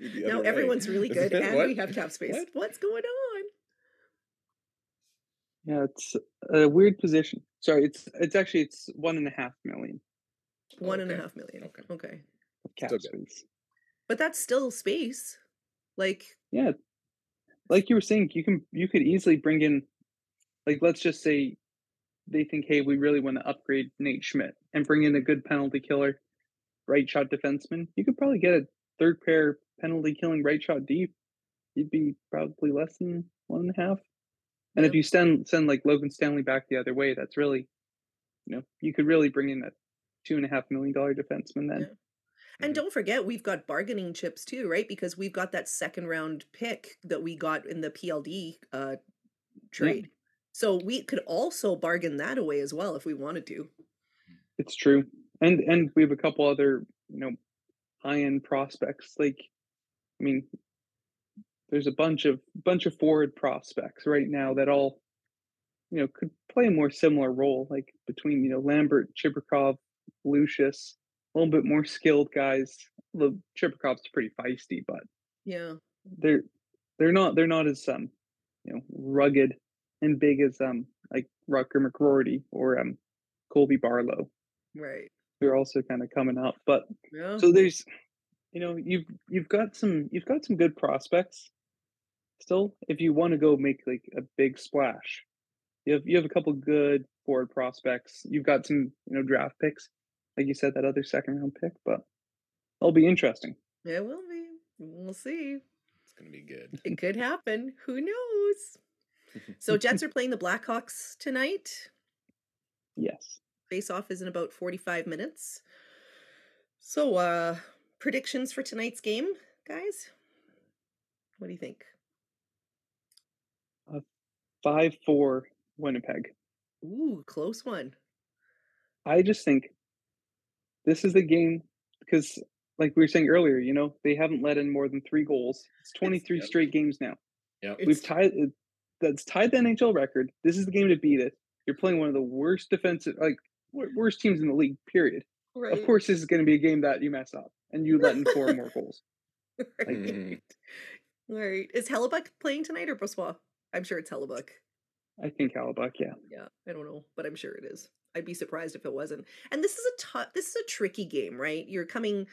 usually the now other way. everyone's really good Isn't it? and What? we have cap space. What? What's going on? Yeah, it's a weird position. Sorry, it's it's actually it's one and a half million One and a Okay. half million. Okay. okay. of cap Still good. space. But that's still space. Like Yeah, like you were saying, you can you could easily bring in, like let's just say, they think, hey, we really want to upgrade Nate Schmidt and bring in a good penalty killer, right shot defenseman. You could probably get a third pair penalty killing right shot deep. You'd be probably less than one and a half. And if Yeah. you send send like Logan Stanley back the other way, that's really, you know, you could really bring in a two and a half million dollar defenseman then. Yeah. And Mhm. don't forget, we've got bargaining chips too, right? Because we've got that second round pick that we got in the PLD uh, trade. So we could also bargain that away as well if we wanted to. It's true, and and we have a couple other you know high end prospects. Like, I mean, there's a bunch of bunch of forward prospects right now that all you know could play a more similar role. Like between you know Lambert, Chibrikov, Lucius, a little bit more skilled guys. The Chibrikov's pretty feisty, but Yeah. they're they're not they're not as um you know rugged and big as um like Rucker McRorty or um Colby Barlow. Right. They're also kind of coming up, but Yeah. so there's you know you've you've got some you've got some good prospects still if you want to go make like a big splash you have you have a couple good forward prospects you've got some you know draft picks like you said that other second round pick but that'll be interesting it will be. We'll see. It's gonna be good. It could happen. Who knows? So Jets are playing the Blackhawks tonight. yes Face off is in about 45 minutes. So uh predictions for tonight's game, guys? What do you think? five four winnipeg Ooh, close one. i just think this is the game because like we were saying earlier you know they haven't let in more than three goals it's 23 Yep. straight games now Yep. It's- We've tied. it- That's tied the NHL record. This is the game to beat it. You're playing one of the worst defensive, like wor- worst teams in the league. Period. Right. Of course, this is going to be a game that you mess up and you let in four more goals. Right. Mhm. Right. Is Hellebuck playing tonight or Brossois? I'm sure it's Hellebuck. I think Halibut, yeah. Yeah, I don't know, but I'm sure it is. I'd be surprised if it wasn't. And this is a tough, this is a tricky game, right? You're coming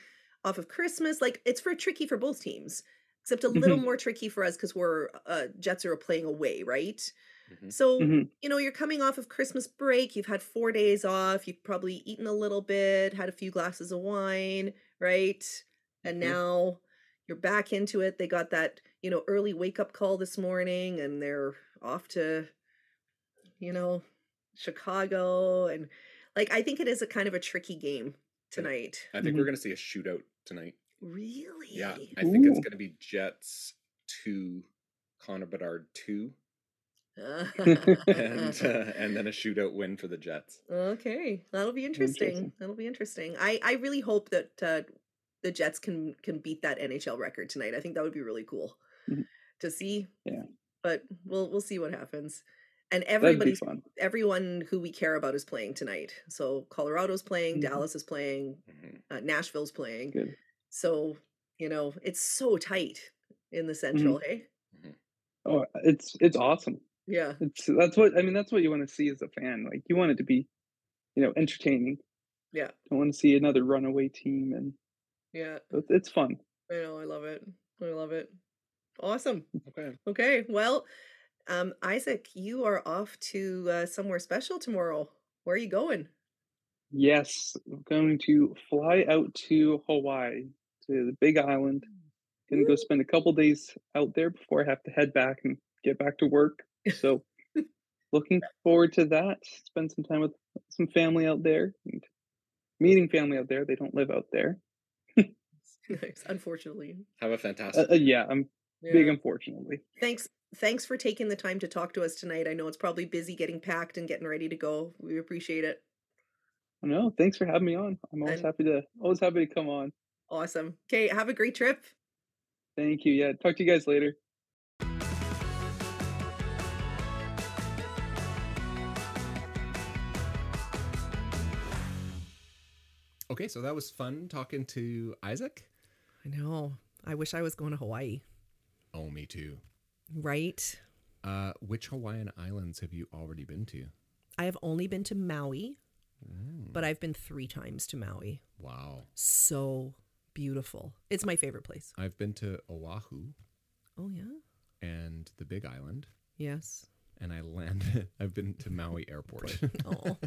off of Christmas, like it's for tricky for both teams, except a little more tricky for us because we're uh, Jets are playing away, right? Mhm. So Mhm. you know you're coming off of Christmas break. You've had four days off. You've probably eaten a little bit, had a few glasses of wine, right? And Mhm. now you're back into it. They got that you know early wake up call this morning, and they're off to you know Chicago, and like I think it is a kind of a tricky game tonight. I think we're gonna see a shootout tonight. Really? Yeah, I think it's Ooh. gonna be Jets two, Connor Bedard two, and uh, and then a shootout win for the Jets. Okay, that'll be interesting. Interesting. That'll be interesting. I I really hope that uh, the Jets can can beat that NHL record tonight. I think that would be really cool Mhm. to see. Yeah. but we'll we'll see what happens. And That'd be everybody's fun. everyone who we care about is playing tonight. So Colorado's playing, Mhm. Dallas is playing, Mm-hmm. Mhm. uh, Nashville's playing. Good. So you know it's so tight in the Mm-hmm. Central. Hey, Oh, it's it's awesome. yeah, It's that's what I mean. That's what you want to see as a fan. Like you want it to be, you know, entertaining. yeah, Don't want to see another runaway team, and yeah. it's, it's fun. I know. I love it. I love it. Awesome. Mm. Okay. Okay, well, um, Isaac, you are off to uh, somewhere special tomorrow. Where are you going? Yes, I'm going to fly out to Hawaii to the Big Island. Gonna go Woo. spend a couple days out there before I have to head back and get back to work. So, looking forward to that. Spend some time with some family out there and meeting family out there. They don't live out there. Nice, Unfortunately, Have a Uh, fantastic. uh, yeah, I'm big, Yeah. unfortunately. Thanks, thanks for taking the time to talk to us tonight. I know it's probably busy getting packed and getting ready to go. We appreciate it. No, thanks for having me on. I'm always And- happy to always happy to come on. Awesome. Okay, have a great trip. Thank you. Yeah, talk to you guys later. Okay, so that was fun talking to Isaac. I know. I wish I was going to Hawaii, Oh, me too. right? Uh, which Hawaiian islands have you already been to? I have only been to Maui, Mm, but I've been three times to Maui. wow, So beautiful. It's my favorite place. I've been to Oahu Oh, yeah. and the Big Island, Yes. and I landed. I've been to Maui Airport. Oh.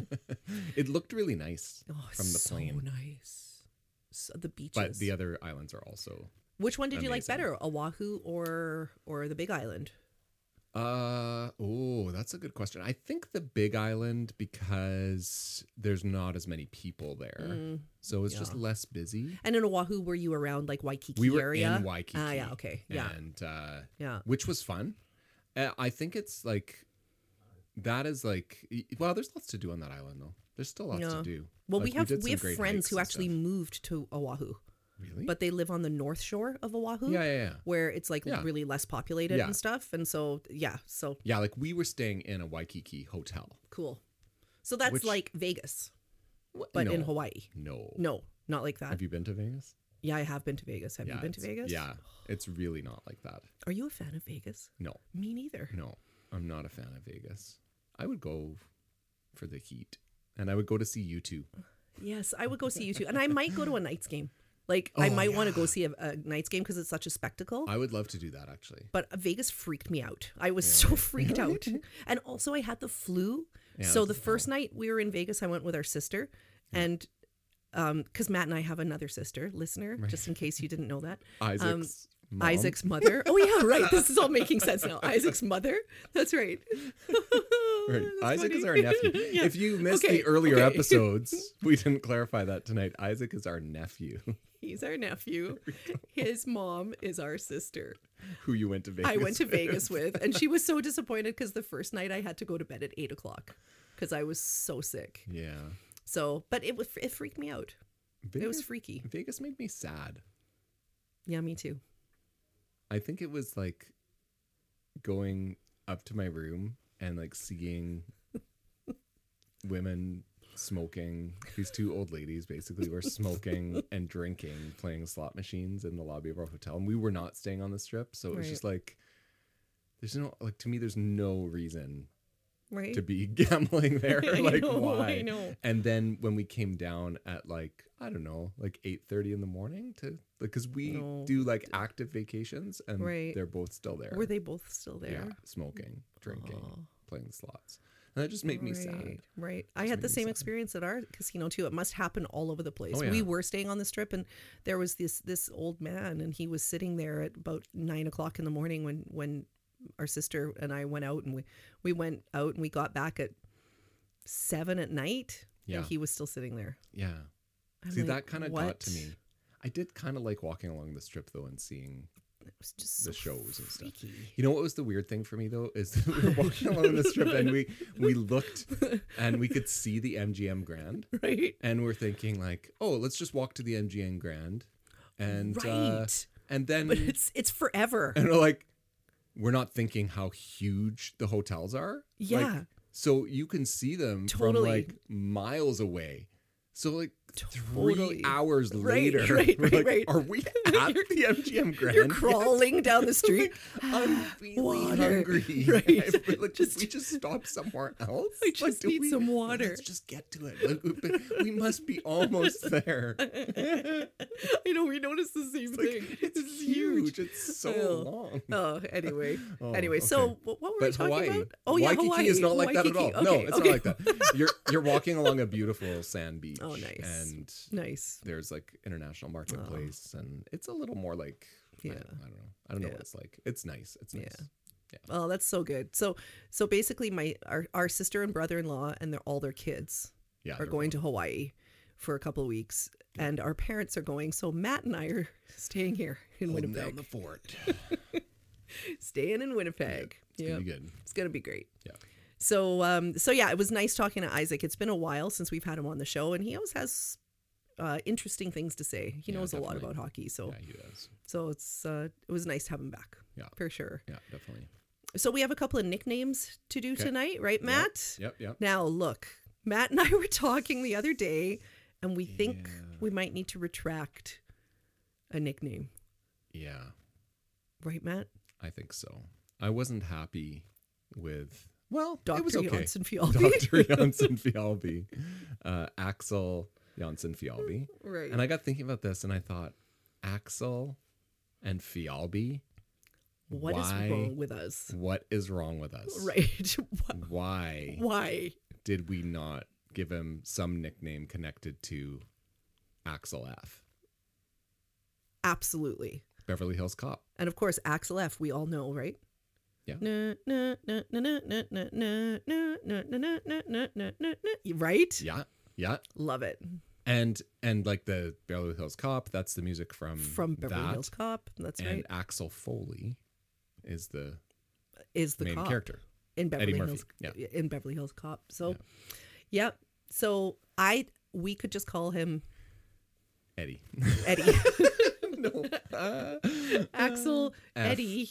it looked really nice Oh, from the so plane, nice. So, the beaches. but the other islands are also. Which one did you like Amazing. better, Oahu or or the Big Island? Uh oh, that's a good question. I think the Big Island because there's not as many people there, Mm. so it's just yeah. less busy. And in Oahu, were you around like Waikiki We were area? in Waikiki. Ah, yeah, okay, yeah, And uh, yeah. which was fun. Uh, I think it's like that is like y- well, there's lots to do on that island though. There's still lots Yeah. to do. Well, Like, we have did some we, have great friends hikes who and actually stuff. moved to Oahu, really, but they live on the north shore of Oahu, yeah, yeah, yeah, where it's like Yeah. really less populated Yeah. and stuff. And so yeah, so yeah. Like we were staying in a Waikiki hotel, cool. So that's Which- like Vegas, but in No. Hawaii. No, No, not like that. Have you been to Vegas? yeah, I have been to Vegas. Have Yeah, you been to it's- Vegas? Yeah, it's really not like that. Are you a fan of Vegas? No, Me neither. no, I'm not a fan of Vegas. I would go for the heat, and I would go to see you two. Yes, I would go see you too, and I might go to a Knights game. Like I Oh, might want to yeah. go see a, a Knights game because it's such a spectacle. I would love to do that actually. but Vegas freaked me out. I was Yeah. so freaked out, and also I had the flu. Yeah, so that's the a first problem. night we were in Vegas, I went with our sister, Yeah. and um, because Matt and I have another sister, listener, Right. just in case you didn't know that, Isaac's mom. um, Isaac's mother. Oh yeah, right. This is all making sense now. Isaac's mother. That's right. Right. That's Isaac is our funny. nephew. Yeah. If you missed Okay, the earlier okay. episodes, we didn't clarify that tonight. Isaac is our nephew He's our nephew. His mom is our sister. who you went to Vegas. I went to Vegas with, and she was so disappointed because the first night I had to go to bed at eight o'clock because I was so sick. Yeah. So, but it was it freaked me out. Vegas, It was freaky. Vegas made me sad. Yeah, me too. I think it was like going up to my room and like seeing women smoking. These two old ladies basically were smoking and drinking, playing slot machines in the lobby of our hotel. And we were not staying on the strip. So it was Right. just like, there's no, like, to me, there's no reason Right? to be gambling there. I like, know, why? I know. and then when we came down at like i don't know like 8.30 in the morning to because we No. do like active vacations and Right. they're both still there Were they both still there? yeah smoking drinking Aw. playing the slots and that just made me sad Right, Right. I Just had made the me same sad. experience at our casino too. It must happen all over the place. Oh, yeah. We were staying on the strip and there was this this old man and he was sitting there at about nine o'clock in the morning when when our sister and I went out and we, we went out and we got back at seven at night. Yeah. And he was still sitting there. yeah I'm see like, that kind of got to "What?" me i did kind of like walking along the strip though and seeing It was just the so shows and stuff. freaky. you know what was the weird thing for me though is that we were walking along the strip and we we looked and we could see the mgm grand right. and we're thinking like, oh, let's just walk to the MGM Grand, and right. uh, and then but it's it's forever. and we're like, we're not thinking how huge the hotels are. Yeah. Like, so you can see them from Totally. like miles away. So like three Totally. hours Right, later, right, we're right, like, right. are we at You're- the MGM Grand? You're crawling down the street. I'm really Water, hungry. right. I feel like, Just- if we just stop somewhere else. I just do need some water. Let's just get to it. Like, we've been- we must be almost there. I know we noticed the same It's thing. like, it's This is huge. It's so Oh. long. Oh, anyway. Oh, anyway, okay. so wh- what were we But talking Hawaii. about? Oh yeah, Waikiki Hawaii is not like that at Waikiki. all. no, Okay, it's okay. not like that. You're you're walking along a beautiful sand beach. Oh, nice. And nice. there's like international marketplace, and it's a little more like I- Oh. Yeah. I, don't know. I don't know Yeah. what it's like. It's nice. It's Yeah. nice. Oh, that's so good. So so basically my our, our sister and brother-in-law and their all their kids Yeah, are they're going to Hawaii for a couple of weeks and our parents are going. So Matt and I are staying here in holding down Winnipeg. the fort. It's staying in Winnipeg. gonna Yep. be good. It's gonna be great. Yeah. So um so yeah, it was nice talking to Isaac. It's been a while since we've had him on the show, and he always has uh interesting things to say. He Yeah, knows a lot definitely. about hockey, so Yeah, he does. so it's uh it was nice to have him back. Yeah. For sure. Yeah, definitely. So we have a couple of nicknames to do Okay. tonight, right, Matt? Yep, yep. Now look, Matt and I were talking the other day and we think Yeah. we might need to retract a nickname. Yeah, Right, Matt? I think so. I wasn't happy with well, it was Dr. okay. Johnson Fialbi. Dr. Janssen Fialbi, uh, Axel Janssen Fialbi. right. And I got thinking about this and I thought, Axel and Fialbi, What is why- wrong with us? what is wrong with us? Right. Wh- Why Why? did we not give him some nickname connected to Axel F? Absolutely. Beverly Hills Cop. And of course, Axel F, we all know, right? Yeah. Na, na, na, na, na, na, na, na, na, na, na, na, na, na, na, na, na. Right? Yeah. Yeah. Love it. And and like the Beverly Hills Cop, that's the music from From Beverly Um, that. Hills Cop. That's and right. Axel Foley is the Is the main cop. character. in Beverly Murphy, Hills yeah. in Beverly Hills Cop. So Yeah. yep. So I we could just call him Eddie. Eddie. no. Uh, Axel F. Eddie.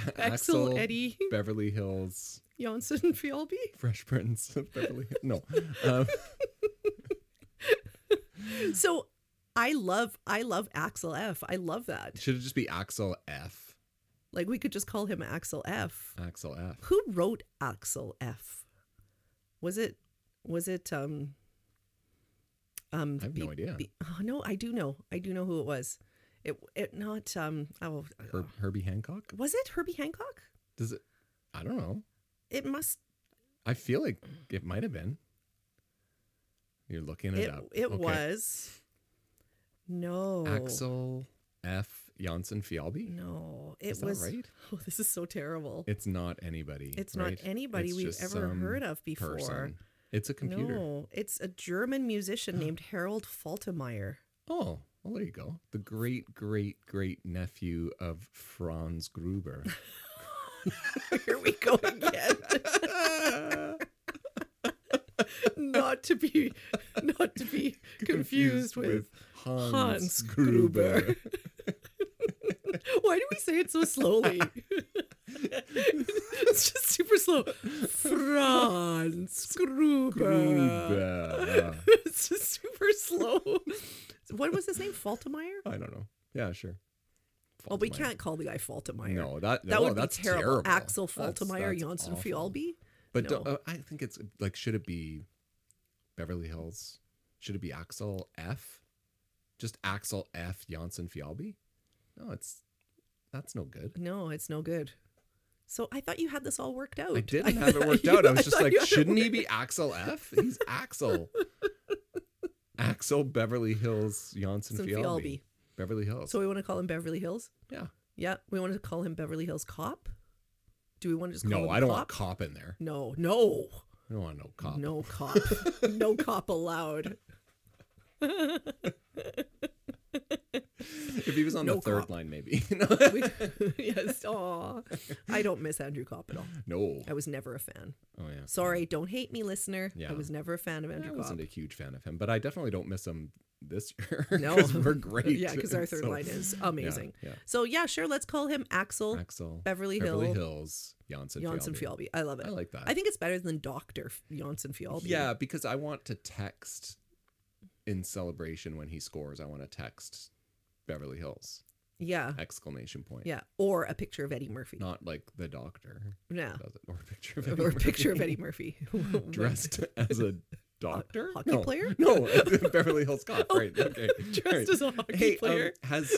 Axel Eddie Beverly Hills, Johnson Fialbi. Fresh Prince of Beverly Hills. No. Um, So I love I love Axel F. I love that. should it just be Axel F? Like we could just call him Axel F. Axel F. Who wrote Axel F? Was it was it um um I have no idea. oh, no, I do know. I do know who it was. It it not um oh uh, Her- Herbie Hancock? was it Herbie Hancock? Does it? I don't know. It must I feel like it might have been. You're looking it, it up. it Okay. was. No. Axel F. Janssen Fialbi. No, it Is that was right? Oh, this is so terrible. It's not anybody. it's not right? anybody It's we've just ever some heard of before. person. It's a computer. No, it's a German musician named Harold Faltermeyer. Oh, well, there you go. The great, great, great nephew of Franz Gruber. Here we go again. not to be not to be confused, with, Hans, Hans Gruber. Gruber. Why do we say it so slowly? it's just super slow. Franz Gruber. Gruber. it's just super slow. What was his name? Faltermeyer? I don't know. Yeah, sure. Well, we Faltermeyer. can't call the guy Faltermeyer. No, that, That no, would be that's terrible. Axel That's- Faltermeyer, that's Janssen awful. Fialbi. But No. don't- uh, I think it's like, should it be Beverly Hills? Should it be Axel F? Just Axel F. Janssen Fialbi? No, it's that's no good. No, it's no good. So I thought you had this all worked out. I didn't have it worked out. I was just like, shouldn't he be Axel F? He's Axel. Axel Beverly Hills Janssen Janssen Fialbi. Fialbi. Beverly Hills. So we want to call him Beverly Hills. Yeah. Yeah, we want to call him Beverly Hills Cop. Do we want to just call him no, I don't cop? want cop in there. No, no, I don't want no cop. no cop, no cop allowed. If he was on No the third cop. line, maybe. We- yes, aw. I don't miss Andrew Cop at all. no. I was never a fan. Oh yeah. Sorry, don't hate me, listener. Yeah. I was never a fan of I Andrew Cop. wasn't a huge fan of him, but I definitely don't miss him this year. No. 'cause we're great. Yeah, because our third So, line is yeah, amazing. Yeah, So yeah, sure, let's call him Axel Axel. Beverly, Beverly Hill Hills. Janssen. Janssen Fialbi. I love it. I like that. I think it's better than Doctor Janssen Fialbi. Yeah, because I want to text in celebration when he scores. I want to text Beverly Hills yeah, exclamation point. Ah. yeah. Or a picture of Eddie Murphy. Not like the doctor No, does it, or a picture of Eddie or a picture of Murphy. Eddie Murphy dressed as a doctor hockey No. player. No, Beverly Hills Cop. Oh, Right. Okay. dressed Right. as a hockey hey, um, player. has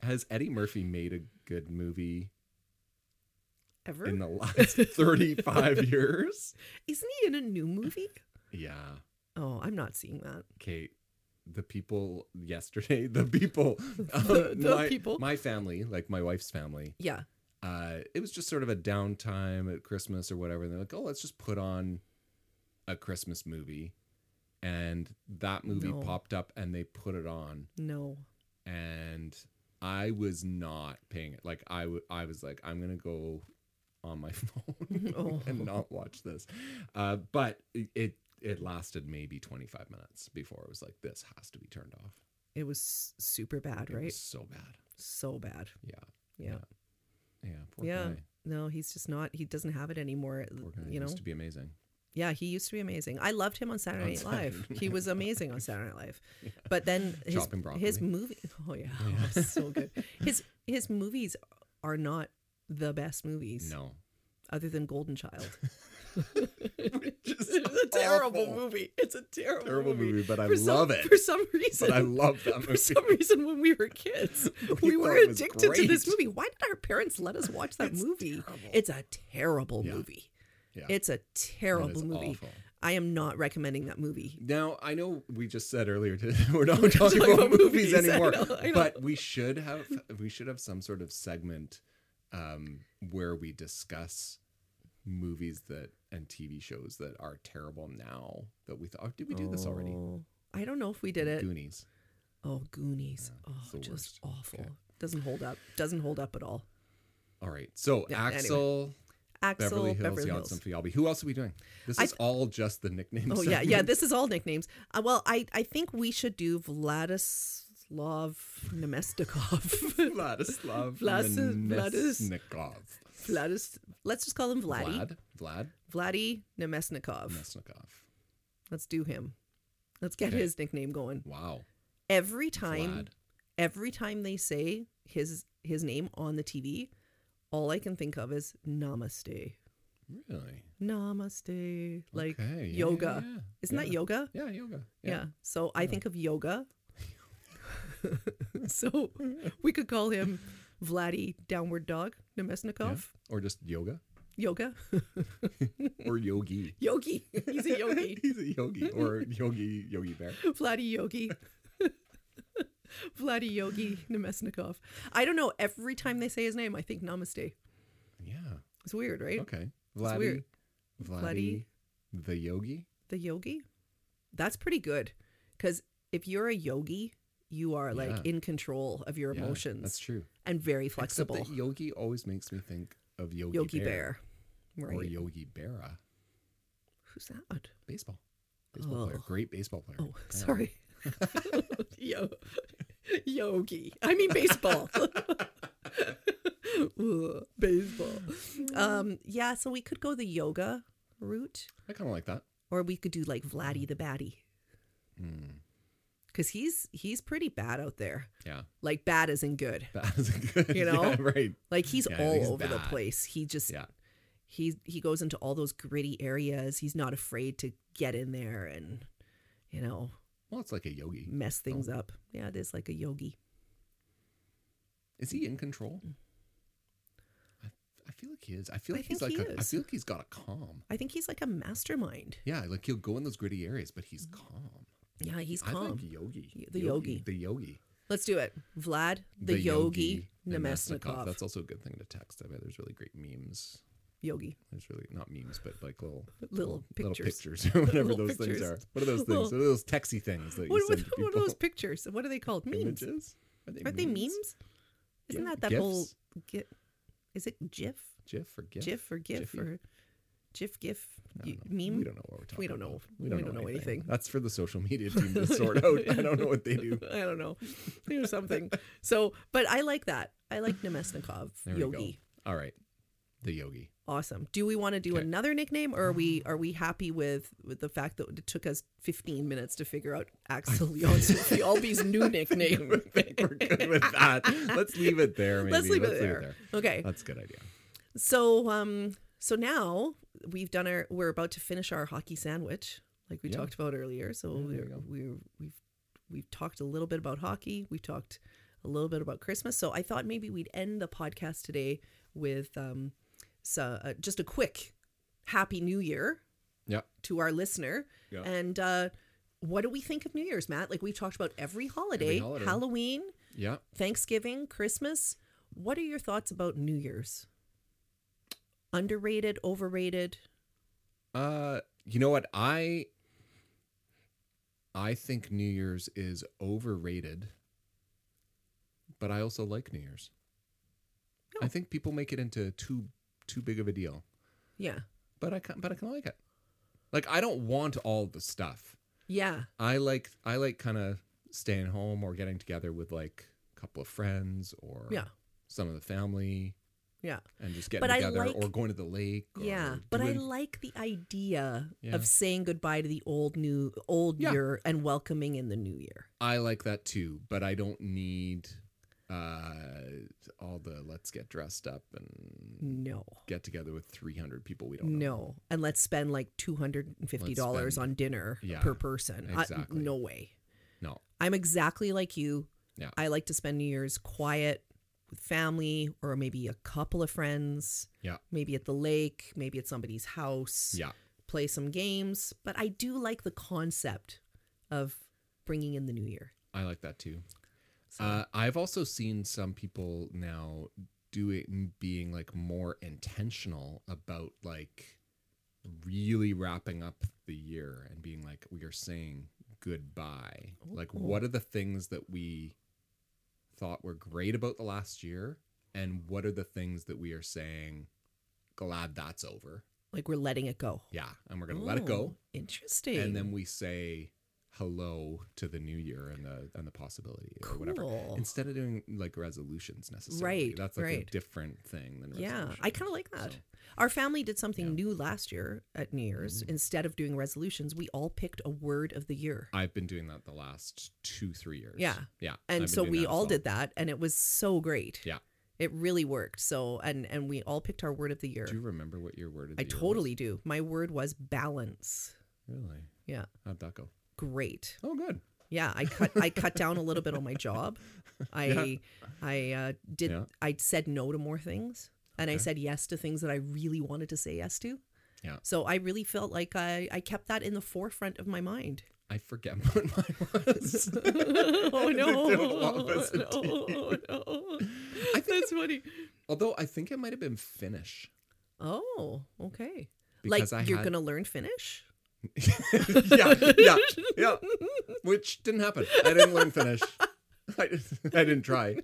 has Eddie Murphy made a good movie Ever in the last 35 years? isn't he in a new movie? Yeah. Oh, I'm not seeing that. Kate, the people yesterday, the people, um, The- the my, people. my family, like my wife's family, Yeah, uh, it was just sort of a downtime at Christmas or whatever. And they're like, oh, let's just put on a Christmas movie. And that movie No. popped up and they put it on. no. and I was not paying it. Like I, w- I was like, I'm gonna go on my phone Oh. and not watch this. Uh, but it, it it lasted maybe 25 minutes before it was like, this has to be turned off. It was super bad, It right? was so bad. So bad. Yeah, Yeah. yeah. Poor Yeah. guy. No, he's just not. He doesn't have it anymore. Poor guy. You know. used to be amazing. Yeah, he used to be amazing. I loved him on Saturday On Night Saturday Live. He Night was amazing on Saturday Night Live. But then his, Chopping his broccoli. movie Oh yeah. Yeah. Oh, so good. His his movies are not the best movies No, other than Golden Child. is it's a terrible awful. movie. It's a terrible, terrible movie. movie, but I for love some, it. For some reason. But I love that for movie. some reason when we were kids, We we, thought were it was addicted to this great. movie. Why did our parents let us watch that It's movie? terrible. It's a terrible Yeah. movie. Yeah. It's a That terrible is movie. awful. I am not recommending that movie. Now I know we just said earlier today we're not We're talking, about, movies, I anymore, know, I know. but we should have we should have some sort of segment um, where we discuss movies that and TV shows that are terrible now that we thought did we do this already? Oh, I don't know if we did it. Goonies. Oh, Goonies. Yeah, it's the oh, just worst. awful. Okay. Doesn't hold up. Doesn't hold up at all. All right, so Yeah, anyway. Axel Axel Beverly Beverly Hills, Hills. Yodson Fialbi. Who else are we doing? This I is all just the nicknames. Oh yeah, yeah. This is all nicknames. Uh, well, I I think we should do Vladislav Nemestikov. Vladislav Vlas- Vladis- Nemesnikov. Vladis. Let's just call him Vladdy. Vlad. Vlad Vladdy Nemesnikov. Mesnikov. Let's do him. Let's get Okay. his nickname going. Wow. Every time, Vlad. every time they say his his name on the TV, all I can think of is Namaste. Really? Namaste. Like Okay, yeah, yoga. yeah, yeah. Isn't that Yeah. yoga? Yeah, yoga. Yeah. So I Yeah. think of yoga. so we could call him Vladdy Downward Dog Nemesnikov. Or just yoga. Yoga. Or yogi. Yogi. He's a yogi. He's a yogi. Or yogi, yogi bear. Vladdy Yogi. Vladdy Yogi Nemesnikov. I don't know. Every time they say his name, I think namaste. Yeah. It's weird, right? Okay. It's weird. Vladdy. Vladdy. The yogi. The yogi. That's pretty good. Because if you're a yogi, you are like Yeah. in control of your Yeah, emotions That's true. and very Except that flexible. Yogi always makes me think of Yogi, Yogi Bear, Bear. Right. or Yogi Berra, Who's that? baseball, baseball player, Oh. great baseball player. Oh, apparently. sorry. Yo, yogi. I mean baseball. Ugh, baseball. Um, yeah. So we could go the yoga route, I kind of like that. or we could do like Mm-hmm. Vladdy the Batty, Hmm. because he's he's pretty bad out there. Yeah, Like bad isn't good. that was a good. You yeah, know? right? Like he's Yeah, I all think he's over the bad. place. He just Yeah. he he goes into all those gritty areas. He's not afraid to get in there and you know Well, it's like a yogi. mess things Oh. up. Yeah, it is like a yogi. Is he in control? I, I feel like he is. I feel Mm. I like he's think like. he A, I is. feel like he's got a calm. I think he's like a mastermind. Yeah, like he'll go in those gritty areas, but he's calm. Yeah, Mm-hmm. he's I calm. like Yogi. Y- the yogi. The Yogi. Let's do it. Vlad the, Yogi, Nemesnikov. That's also a good thing to text. I bet there's really great memes yogi. There's really not memes, but like little Little pictures. pictures or whatever Little those pictures. things are. What are those Little- things? What are those texty things that you What, what, send to what are those people? pictures? What are they called? Memes. Images? Are they Aren't they memes? Isn't Yeah, that that gifs. whole gi- Is it GIF? GIF or GIF? GIF or GIF Jiffy? or GIF GIF I y- don't know. meme? We don't know what we're talking. We don't know. about. We don't know anything. That's for the social media team to sort out. I don't know what they do. I don't know. Or something. so, but I like that. I like Nemesnikov There Yogi. we go. All right, the yogi. Awesome. Do we want to do Okay. Mm. another nickname, or are we are we happy with, with the fact that it took us 15 minutes to figure out Axel Albi's new nickname? I think we're good with that. Let's leave it there. Maybe. Let's leave it there. Okay. That's a good idea. So um so now we've done our we're about to finish our hockey sandwich like we Yeah. talked about earlier. So Yeah, there we're, you go. we're we've we've talked a little bit about hockey. We talked a little bit about Christmas. So I thought maybe we'd end the podcast today with um so uh, just a quick happy new year Yeah. to our listener. Yeah. And uh what do we think of New Year's, Matt? Like we've talked about every holiday, holiday. Halloween, Yeah. Thanksgiving, Christmas. What are your thoughts about New Year's? Underrated, overrated? Uh, you know what? I I think New Year's is overrated, but I also like New Year's. I Oh. think people make it into too too big of a deal, Yeah. but I can, but I kind of like it. Like I don't want all the stuff. Yeah. I like I like kind of staying home or getting together with like a couple of friends or Yeah. some of the family Yeah. and just getting But I together like- or going to the lake. Or Yeah. But I doing- like the idea Yeah. of saying goodbye to the old new old Yeah. year and welcoming in the new year. I like that too, but I don't need uh all the let's get dressed up and No. get together with 300 people we don't know. No. And let's spend like two hundred and fifty dollars Let's spend- on dinner Yeah, per person. I- exactly. no way. No. I'm exactly like you. Yeah. I like to spend New Year's quiet with family or maybe a couple of friends. Yeah. Maybe at the lake, maybe at somebody's house. Yeah. Play some games. But I do like the concept of bringing in the new year. I like that too. So, Uh, I've also seen some people now doing being like more intentional about like really wrapping up the year and being like we are saying goodbye. Like Ooh. what are the things that we thought were great about the last year and what are the things that we are saying glad that's over. Like we're letting it go. Yeah, and we're gonna let it go, Oh, Interesting. and then we say hello to the new year and the and the possibility or whatever. Cool. Instead of doing like resolutions necessarily, Right, That's like a right. different thing than Yeah, resolutions. I kind of like that. So, Our family did something Yeah. Mm-hmm. new last year at New Year's. Instead of doing resolutions, we all picked a word of the year. I've been doing that the last two three years. Yeah. yeah. I've and been so doing we that as all well. did that and it was so great Yeah. it really worked so and and we all picked our word of the year Do you remember what your word? Of the i year was? totally do my word was balance Really? Yeah. How'd that go? great Oh, good. yeah i cut i cut down a little bit on my job i Yeah. i uh, did Yeah. i said no to more things and i Okay. said yes to things that i really wanted to say yes to Yeah. so i really felt like i i kept that in the forefront of my mind I forget what mine was. oh It no did a lot of us indeed. no, no. I think that's funny Although I think it might have been Finnish. Oh, okay. Because like I you're had- gonna learn Finnish? yeah, yeah, yeah. Which didn't happen. I didn't learn Finnish. I, I didn't try.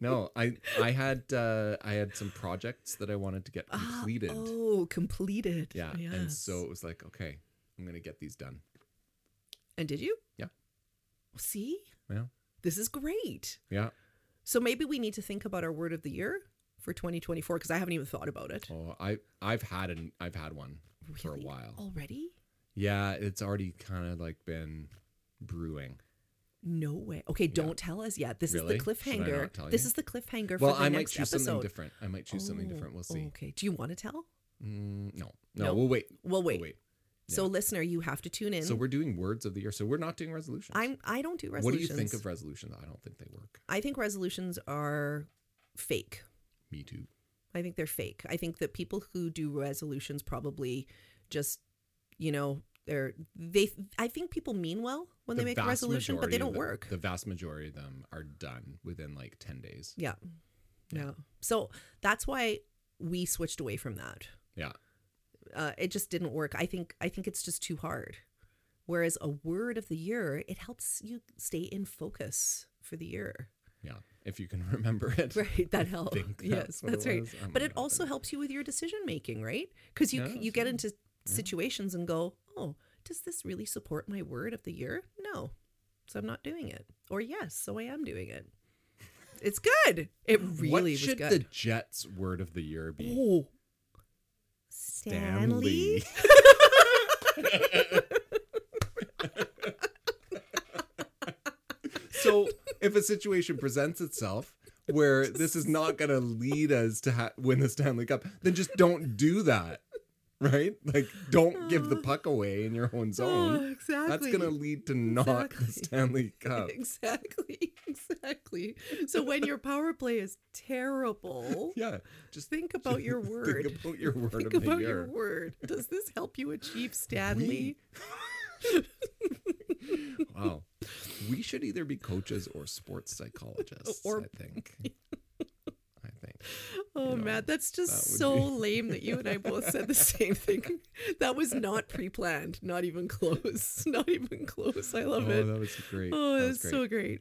No, I I had uh, I had some projects that I wanted to get Ah, completed. oh, completed. yeah, and so it Yes. was like, okay, I'm gonna get these done. and did you? Yeah. See? Yeah. This is great. Yeah. So maybe we need to think about our word of the year for 2024 because I haven't even thought about it. Oh, I I've had an I've had one for a Really? while. already. Yeah, it's already kind of like been brewing. No way. Okay, don't tell us yet. This Really? is the Should I not cliffhanger. tell This you? is the cliffhanger well, for the I might next choose something episode. different. I might choose something Oh, different. We'll see. Okay. Do you want to tell? Mm, no, no, No. we'll wait. We'll Well, wait. wait. So, listener, you have to tune in. So we're doing words of the year. So we're not doing resolutions. I'm. I don't do resolutions. What do you think of resolutions? I don't think they work. I think resolutions are fake. Me too. I think they're fake. I think that people who do resolutions probably just, you know, they're they. I think people mean well when they The make a vast resolution, majority but they of don't the- work. The vast majority of them are done within like ten days. yeah. Yeah. yeah, So that's why we switched away from that. Yeah. Uh, it just didn't work. I think. I think it's just too hard. Whereas a word of the year, it helps you stay in focus for the year. Yeah. If you can remember it. Right, that I helps. think Yes, what that's it right. was. Oh but my it God, also that- helps you with your decision making, right? Because you Yeah, you get sure. into situations and go, oh, does this really support my word of the year? No, so I'm not doing it. Or yes, so I am doing it. It's good. It really what was should good. the Jets' word of the year be? Oh, Stanley. so if a situation presents itself where this is not going to lead us to ha- win the Stanley Cup, then just don't do that. Right? Like don't give the Uh, puck away in your own Oh, zone. exactly. That's going to lead to not the Exactly. Stanley Cup. Exactly, exactly. So when your power play is terrible, Yeah. Just think about your word. Think about your word Think of about the year. your word. Does this help you achieve Stanley? We- wow. We should either be coaches or sports psychologists, Or- I think. I think. oh, you know, Matt, that's just that would so be- lame that you and I both said the same thing. That was not pre-planned. Not even close. Not even close. I love oh, it. that was great. oh, that was great. that's so great.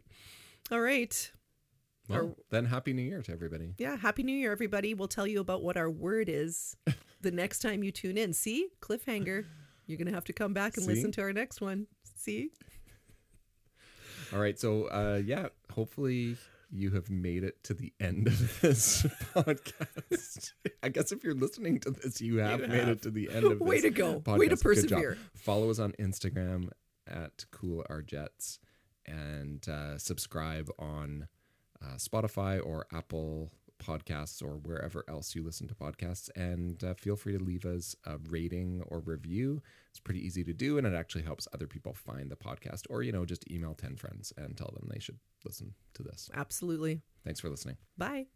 All right. Well, then happy new year to everybody. Yeah. Happy New Year, everybody. We'll tell you about what our word is the next time you tune in. See? Cliffhanger. You're going to have to come back and See? listen to our next one. See? All right. So, uh, yeah, hopefully you have made it to the end of this podcast. I guess if you're listening to this, you have made have. it to the end of Way this to go. Way to podcast. Good job. persevere. Follow us on Instagram at Cool Our Jets and uh, subscribe on uh, Spotify or Apple Podcasts or wherever else you listen to podcasts. And uh, feel free to leave us a rating or review. It's pretty easy to do, and it actually helps other people find the podcast. Or, you know, just email 10 friends and tell them they should listen to this. Absolutely. Thanks for listening. Bye.